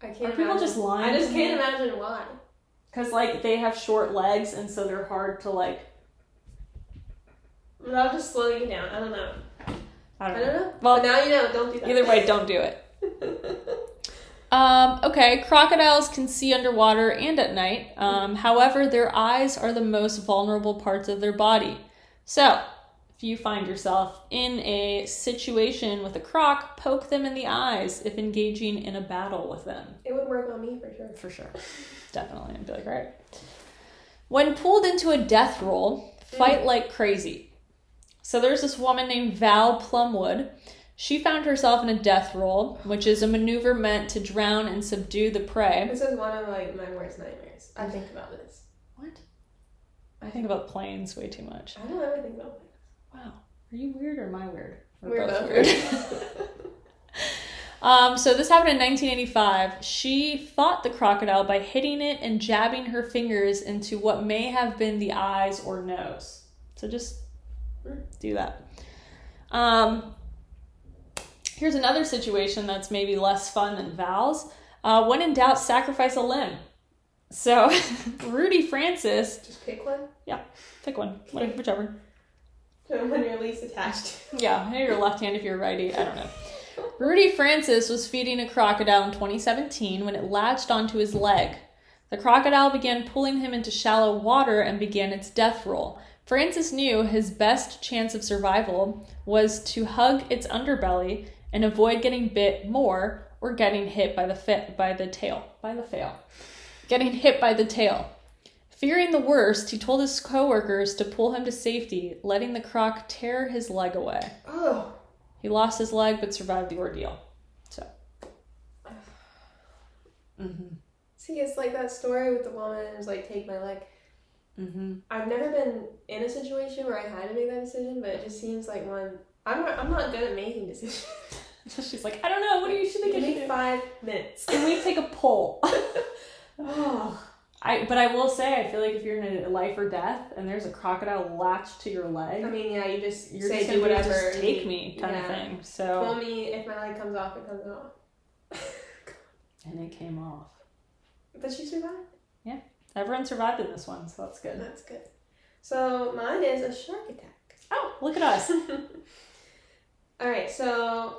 S2: I can't.
S1: Are people
S2: imagine-
S1: just lying?
S2: I just can't imagine why.
S1: Because like they have short legs, and so they're hard to like.
S2: But I'll just slow you down. I don't know.
S1: I
S2: I
S1: don't
S2: don't
S1: know.
S2: know.
S1: Well,
S2: But now you know. Don't do that.
S1: Either way, don't do it. Um, okay, crocodiles can see underwater and at night. Um, however, their eyes are the most vulnerable parts of their body. So, if you find yourself in a situation with a croc, poke them in the eyes if engaging in a battle with them.
S2: it would work on me for sure.
S1: For sure. Definitely. I'd be like, right. When pulled into a death roll, fight like crazy. So there's this woman named Val Plumwood. She found herself in a death roll, which is a maneuver meant to drown and subdue the prey.
S2: This is one of like my worst nightmares. I think about this.
S1: What? I think about planes way too much.
S2: I don't ever think about this.
S1: Wow. Are you weird or am I weird?
S2: We're both
S1: Um, so this happened in 1985. She fought the crocodile by hitting it and jabbing her fingers into what may have been the eyes or nose. So just do that. Um, here's another situation that's maybe less fun than Val's. Uh, when in doubt, sacrifice a limb. So Rudy Francis,
S2: just pick one.
S1: pick one, like, whichever.
S2: The one you're least attached.
S1: Yeah, maybe your left hand if you're righty. I don't know. Rudy Francis was feeding a crocodile in 2017 when it latched onto his leg. The crocodile began pulling him into shallow water and began its death roll. Francis knew his best chance of survival was to hug its underbelly and avoid getting bit more or getting hit by the fit by the tail by the fail, getting hit by the tail. Fearing the worst, he told his coworkers to pull him to safety, letting the croc tear his leg away.
S2: Oh,
S1: He lost his leg but survived the ordeal. So.
S3: Mm-hmm.
S2: see, it's like that story with the woman who's like, "Take my leg."
S3: Mm-hmm.
S2: I've never been in a situation where I had to make that decision, but it just seems like one. I'm not, I'm not good at making decisions.
S1: She's like, I don't know. What do you should think
S2: Give
S1: I should
S2: me
S1: do?"
S2: five minutes.
S1: Can we take a poll?
S2: oh,
S1: I but I will say I feel like if you're in a life or death and there's a crocodile latched to your
S2: I
S1: leg,
S2: mean, yeah, you just
S1: you're
S2: say
S1: just
S2: do
S1: gonna be
S2: whatever.
S1: just
S2: and
S1: take
S2: you-
S1: me kind
S2: yeah.
S1: of thing.
S2: Tell
S1: So
S2: me if my leg comes off, it comes off.
S1: and it came off.
S2: but she survived.
S1: Everyone survived in this one, so that's good.
S2: That's good. So mine is a shark attack.
S1: Oh, look at us.
S2: All right, so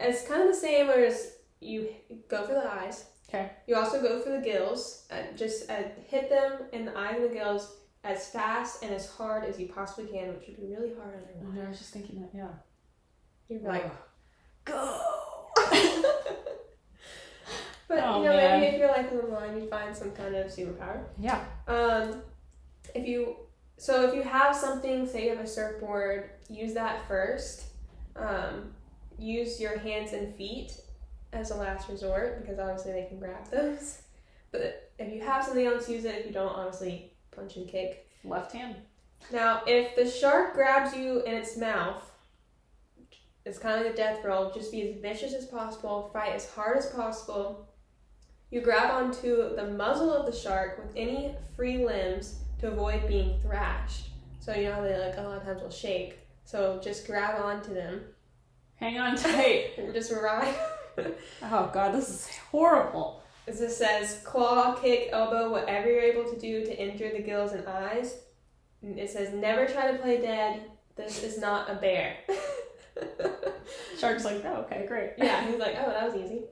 S2: it's kind of the same as you go for the eyes.
S1: Okay.
S2: You also go for the gills. Uh, just uh, hit them in the eyes and the gills as fast and as hard as you possibly can, which would be really hard
S1: I
S2: underwater.
S1: was just thinking that, yeah. Mm-hmm.
S2: You're like,
S1: go.
S2: but
S1: Oh,
S2: you know,
S1: man.
S2: maybe if your life is on the line, you find some kind of superpower.
S1: Yeah.
S2: Um, if you so if you have something, say you have a surfboard, use that first. Um, use your hands and feet as a last resort because obviously they can grab those. But if you have something else, use it. If you don't, obviously punch and kick.
S1: Left hand.
S2: Now, if the shark grabs you in its mouth, it's kind of like a death roll. Just be as vicious as possible. Fight as hard as possible. You grab onto the muzzle of the shark with any free limbs to avoid being thrashed. So you know how they like a lot of times will shake. So just grab onto them.
S1: Hang on tight.
S2: Just ride.
S1: oh god, this is horrible.
S2: As This says claw, kick, elbow, whatever you're able to do to injure the gills and eyes. And It says never try to play dead. This is not a bear.
S1: Shark's like, oh okay, great.
S2: yeah, he's like, oh, that was easy.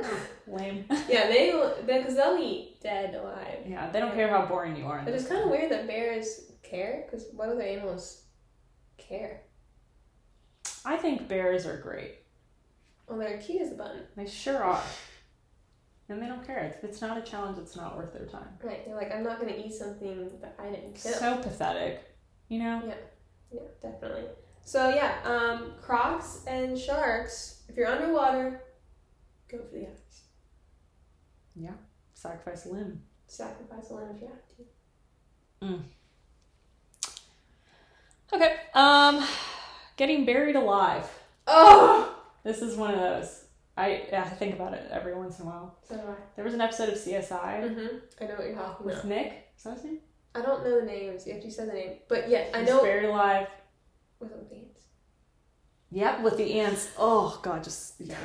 S1: Lame.
S2: yeah, they because they'll eat dead alive.
S1: Yeah, they don't care how boring you are. in
S2: But it's
S1: this
S2: kind of
S1: one.
S2: weird that bears care because what other animals care?
S1: I think bears are great.
S2: Well, they're cute as a button.
S1: They sure are. And they don't care. If it's not a challenge, it's not worth their time.
S2: Right? They're like, I'm not gonna eat something that I didn't kill.
S1: So pathetic. You know?
S2: Yeah, definitely. So yeah, um, crocs and sharks. If you're underwater, go for the eyes.
S1: Sacrifice a limb.
S2: Sacrifice a limb if you have
S1: Okay. Um getting buried alive.
S2: to.
S1: This is one of those. I I think about it every once in a while.
S2: So do I.
S1: There was an episode of CSI
S2: Mm-hmm. I know what you're talking
S1: with
S2: about.
S1: Nick. Is that his name?
S2: I don't know the names. You have to say the name. But yeah, I
S1: He's
S2: know.
S1: buried alive.
S2: With all the names.
S1: Yep, with the ants. Oh god, just yeah.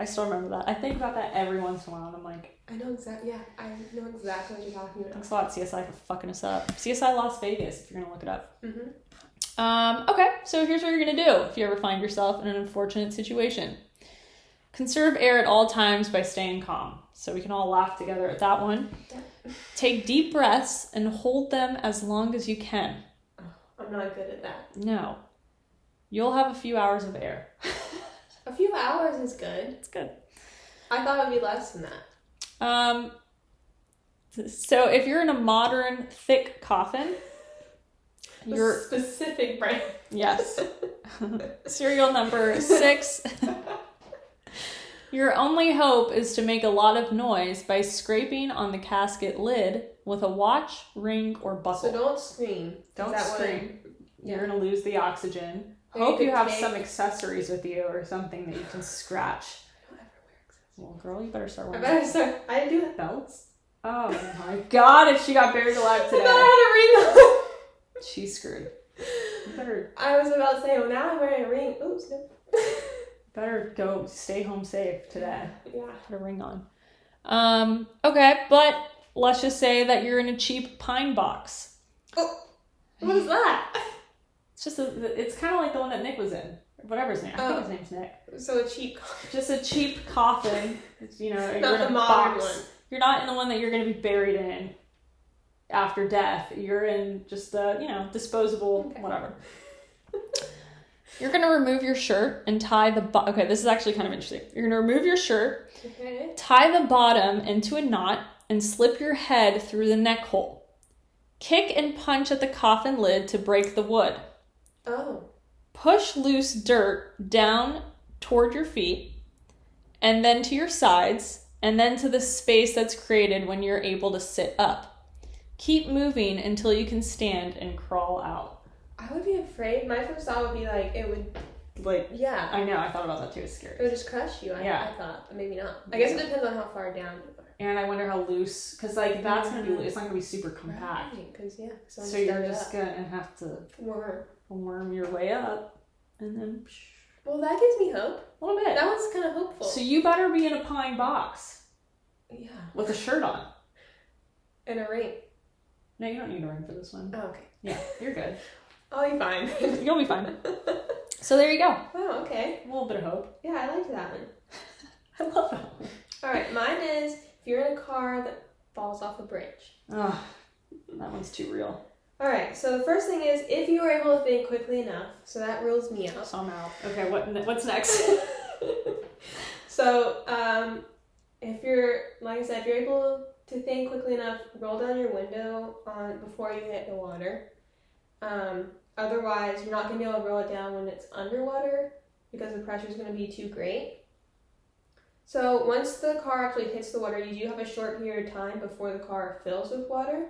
S1: I still remember that. I think about that every once in a while and I'm like,
S2: I know exactly. Yeah, I know exactly what you're talking about.
S1: thanks a lot, CSI, for fucking us up. CSI Las Vegas, if you're gonna look it up.
S2: Mm-hmm.
S1: Um, okay, so here's what you're gonna do if you ever find yourself in an unfortunate situation. Conserve air at all times by staying calm. So we can all laugh together at that one. Take deep breaths and hold them as long as you can.
S2: I'm not good at that.
S1: No. You'll have a few hours of air.
S2: A few hours is good.
S1: It's good.
S2: I thought it would be less than that.
S1: Um, so if you're in a modern thick coffin,
S2: The
S1: you're
S2: specific brand.
S1: Yes. Serial number six. Your only hope is to make a lot of noise by scraping on the casket lid with a watch, ring, or
S2: So
S1: buckle.
S2: don't scream.
S1: Don't
S2: Is that what-
S1: scream.
S2: Yeah.
S1: You're going to lose the oxygen.
S2: Or you
S1: hope you
S2: could
S1: have
S2: take-
S1: some accessories with you or something that you can scratch.
S2: I don't ever wear accessories.
S1: Well, girl, you better start
S2: I
S1: wearing
S2: better start. I didn't do that.
S1: belts. Oh my god, if she got buried alive
S2: I
S1: today,
S2: thought I had a ring.
S1: she's screwed. You better,
S2: I was about to say, well, now I'm wearing a ring. Oops, no.
S1: better go stay home safe today.
S2: Yeah.
S1: put a ring on. Um, okay, but let's just say that you're in a cheap pine box.
S2: What is that?
S1: It's just a, it's kind of like the one that Nick was in. Whatever his name, I
S2: Oh.
S1: think his name's Nick.
S2: So a cheap car.
S1: Just a cheap coffin. It's, You know, you're in
S2: the
S1: a
S2: modern
S1: box.
S2: one.
S1: You're not in the one that you're going to be buried in after death. You're in just a you know disposable
S2: Okay.
S1: whatever. You're gonna remove your shirt and tie the bo- okay. This is actually kind of interesting. You're gonna remove your shirt,
S2: Okay.
S1: tie the bottom into a knot, and slip your head through the neck hole. Kick and punch at the coffin lid to break the wood.
S2: Oh.
S1: Push loose dirt down toward your feet and then to your sides and then to the space that's created when you're able to sit up. Keep moving until you can stand and crawl out.
S2: I would be afraid. My first thought would be like it would
S1: Like,
S2: yeah.
S1: I know, I thought about that too. It's
S2: It
S1: scary.
S2: would just crush you. I,
S1: Yeah.
S2: I thought. but Maybe not. I guess it depends on how far down you are.
S1: And I wonder how loose, because like that's gonna be, it's not gonna be super compact.
S2: Because yeah. someone's
S1: So you're
S2: dug it
S1: just
S2: up.
S1: gonna have to
S2: Warm.
S1: worm your way up and then psh,
S2: Well, that gives me hope.
S1: a little bit.
S2: That was kind of hopeful.
S1: So you better be in a pine box
S2: yeah.
S1: with a shirt on.
S2: And a ring.
S1: No, you don't need a ring for this one.
S2: Oh, okay.
S1: Yeah, you're good.
S2: I'll be fine.
S1: You'll be fine. So there you go.
S2: oh, okay.
S1: A little bit of hope.
S2: Yeah, I liked that one.
S1: I love that. one.
S2: All right, mine is if you're in a car that falls off a bridge.
S1: Oh, that one's too real.
S2: All right, so the first thing is if you were able to think quickly enough, so that rules me out.
S1: So I'm out. Okay, what ne- what's next?
S2: so, um, if you're, like I said, if you're able to think quickly enough, roll down your window on before you hit the water. Um, otherwise, you're not going to be able to roll it down when it's underwater because the pressure is going to be too great. So, once the car actually hits the water, you do have a short period of time before the car fills with water.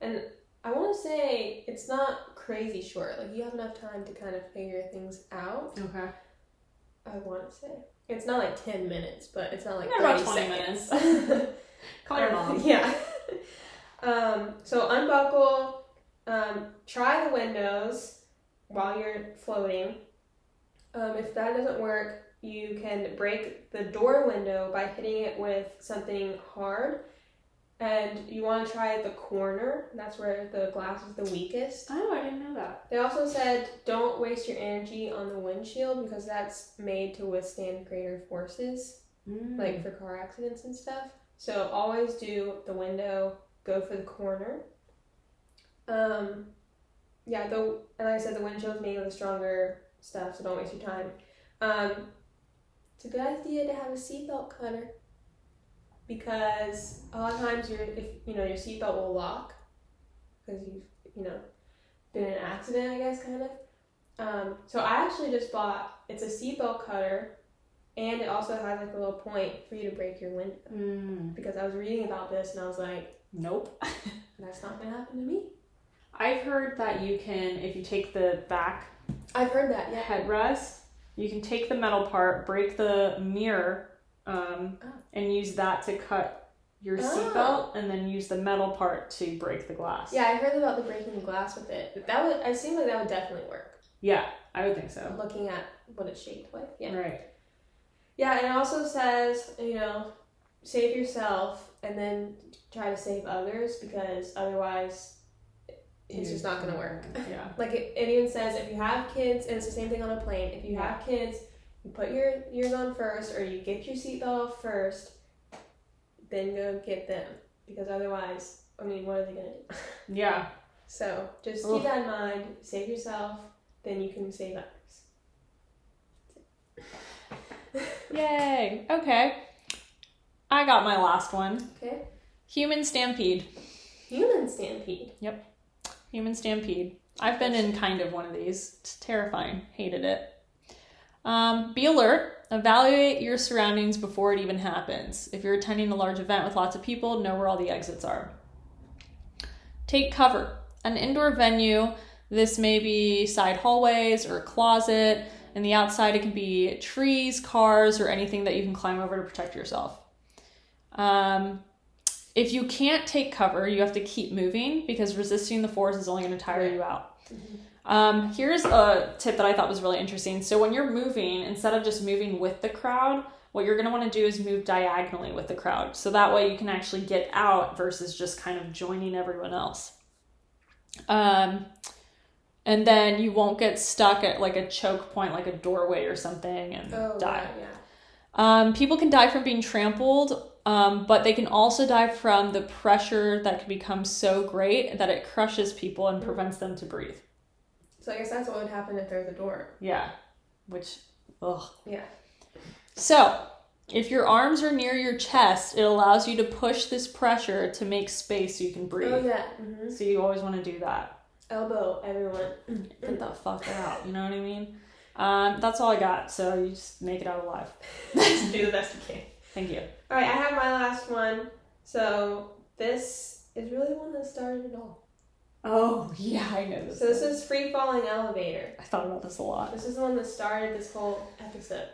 S2: And I want to say it's not crazy short. Like, you have enough time to kind of figure things out.
S1: Okay.
S2: I want to say it's not like ten minutes, but it's not like
S1: Yeah, about
S2: 30
S1: 20
S2: seconds.
S1: Call your
S2: Um,
S1: mom.
S2: Yeah. um, so unbuckle. Um, try the windows while you're floating. Um, if that doesn't work, you can break the door window by hitting it with something hard. And you want to try the corner. That's where the glass is the weakest.
S1: Oh, I didn't know that.
S2: They also said don't waste your energy on the windshield because that's made to withstand greater forces,
S1: Mm.
S2: like for car accidents and stuff. So always do the window, go for the corner. Um, yeah, though, and like I said the windshield's made of the stronger stuff, so don't waste your time. Um, it's a good idea to have a seatbelt cutter because a lot of times your if you know your seatbelt will lock because you've you know been in an accident, I guess, kind of. Um, so I actually just bought it's a seatbelt cutter, and it also has like a little point for you to break your window
S1: Mm,
S2: because I was reading about this and I was like,
S1: nope.
S2: that's not gonna happen to me.
S1: I've heard that you can, if you take the back
S2: I've heard that, yeah.
S1: headrest. You can take the metal part, break the mirror, um,
S2: Oh.
S1: and use that to cut your
S2: Oh.
S1: seatbelt, and then use the metal part to break the glass.
S2: Yeah, I heard about the breaking the glass with it. That would I seem like that would definitely work.
S1: yeah, I would think so.
S2: Looking at what it's shaped like, yeah.
S1: Right.
S2: Yeah, and it also says, you know, save yourself and then try to save others because otherwise it's just not gonna work.
S1: Yeah.
S2: Like it, it even says if you have kids, and it's the same thing on a plane. If you have kids, you put your yours on first, or you get your seatbelt off first, then go get them because otherwise, I mean, what are they gonna do?
S1: Yeah.
S2: So just
S1: Ugh.
S2: keep that in mind. Save yourself, then you can save others.
S1: Yay. Okay. I got my last one.
S2: Okay.
S1: Human stampede.
S2: Human stampede.
S1: Human Stampede. I've been in kind of one of these. It's terrifying. Hated it. Um, be alert. Evaluate your surroundings before it even happens. If you're attending a large event with lots of people, know where all the exits are. Take cover. An indoor venue, this may be side hallways or a closet. In the outside, it can be trees, cars, or anything that you can climb over to protect yourself. Um, if you can't take cover, you have to keep moving because resisting the force is only going to tire you out. Um, here's a tip that I thought was really interesting. So, when you're moving, instead of just moving with the crowd, what you're going to want to do is move diagonally with the crowd. So that way you can actually get out versus just kind of joining everyone else. Um, and then you won't get stuck at like a choke point, like a doorway or something, and
S2: Oh,
S1: die.
S2: right, yeah.
S1: Um, people can die from being trampled, um, but they can also die from the pressure that can become so great that it crushes people and prevents them to breathe.
S2: So I guess that's what would happen if there's a door.
S1: Yeah, which, ugh.
S2: Yeah.
S1: So, If your arms are near your chest, it allows you to push this pressure to make space so you can breathe.
S2: Oh yeah. hmm
S1: So you always want to do that.
S2: Elbow everyone.
S1: Get the fuck out. You know what I mean? Um, that's all I got. So you just make it out alive.
S2: Just do the best you can.
S1: Thank you.
S2: All right, I have my last one. So this is really the one that started it all.
S1: Oh yeah, I know
S2: So this is free falling elevator.
S1: I thought about this a lot.
S2: This is the one that started this whole episode.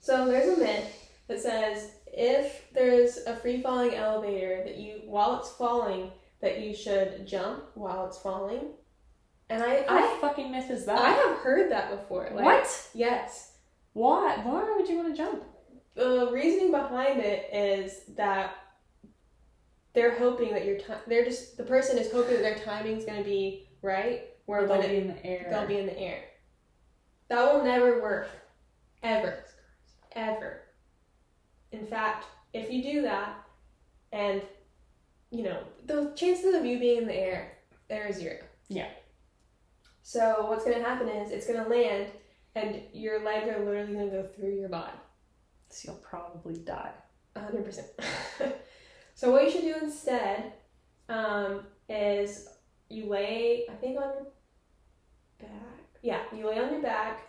S2: So there's a myth that says if there's a free falling elevator that you while it's falling that you should jump while it's falling. And I I
S1: What fucking myth is that?
S2: I have heard that before. Like,
S1: what?
S2: Yes.
S1: Why? Why would you want to jump?
S2: The reasoning behind it is that they're hoping that your time they're just the person is hoping that their timing's going to be right where
S1: they'll
S2: when it
S1: be in the air.
S2: They'll be in the air. That will never work. Ever. Ever. In fact, if you do that, and, you know, the chances of you being in the air, there is zero.
S1: Yeah.
S2: So what's going to happen is it's going to land, and your legs are literally going to go through your body.
S1: So you'll probably die.
S2: 100%. so what you should do instead um, is you lay, I think on your back. Yeah, you lay on your back,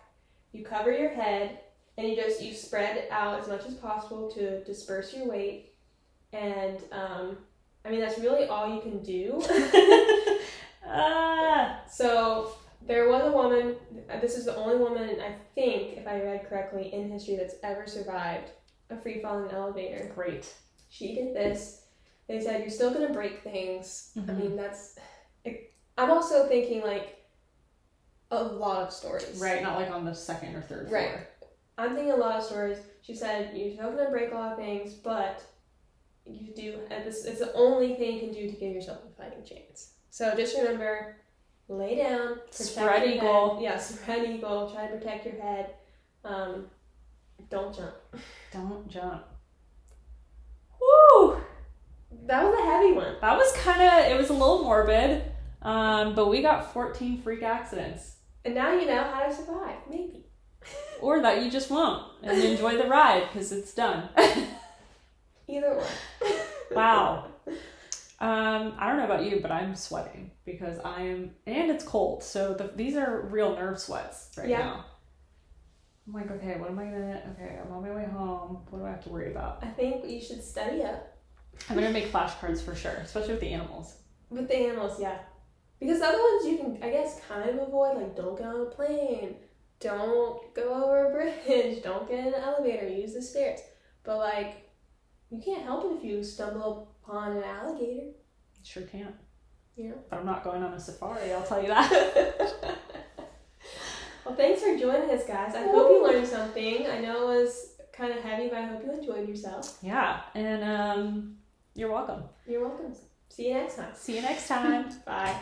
S2: you cover your head, and you just you spread out as much as possible to disperse your weight. And um, I mean that's really all you can do.
S1: Ah.
S2: so there was a woman. This is the only woman I think, if I read correctly, in history that's ever survived a free falling elevator
S1: Great.
S2: she did this. They said you're still gonna break things. I
S1: Mhm.
S2: mean, that's. It, I'm also thinking like a lot of stories.
S1: Right, not like on the second or third
S2: Right.
S1: floor.
S2: I'm thinking a lot of stories. She said you're still gonna break a lot of things, but you do. And this it's the only thing you can do to give yourself a fighting chance. So just remember, lay down, protect
S1: Spread
S2: your
S1: eagle.
S2: Head. Yeah, spread eagle. Try to protect your head. Um, don't jump.
S1: Don't jump. Woo!
S2: That was a heavy one.
S1: That was kind of it was a little morbid, um, but we got 14 freak accidents,
S2: And now you know how to survive. Maybe.
S1: or that you just won't and enjoy the ride because it's done.
S2: Either one.
S1: Wow. Um, I don't know about you, but I'm sweating because I am, and it's cold, so the, these are real nerve sweats right
S2: Yeah.
S1: now. I'm like, okay, what am I gonna? Okay, I'm on my way home. What do I have to worry about?
S2: I think you should study up
S1: I'm gonna make flashcards for sure, especially with the animals.
S2: with the animals, yeah. Because the other ones you can, I guess, kind of avoid, like don't get on a plane, don't go over a bridge, don't get in an elevator, use the stairs. But like, you can't help it if you stumble upon an alligator,
S1: Sure can't.
S2: you
S1: But I'm not going on a safari. I'll tell you that.
S2: know. well, thanks for joining us, guys. I hope you learned something. I know it was kind of heavy, but I hope you enjoyed yourself.
S1: Yeah, and um, you're welcome.
S2: You're welcome. See you next time.
S1: See you next time.
S2: Bye.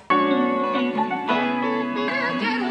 S4: Get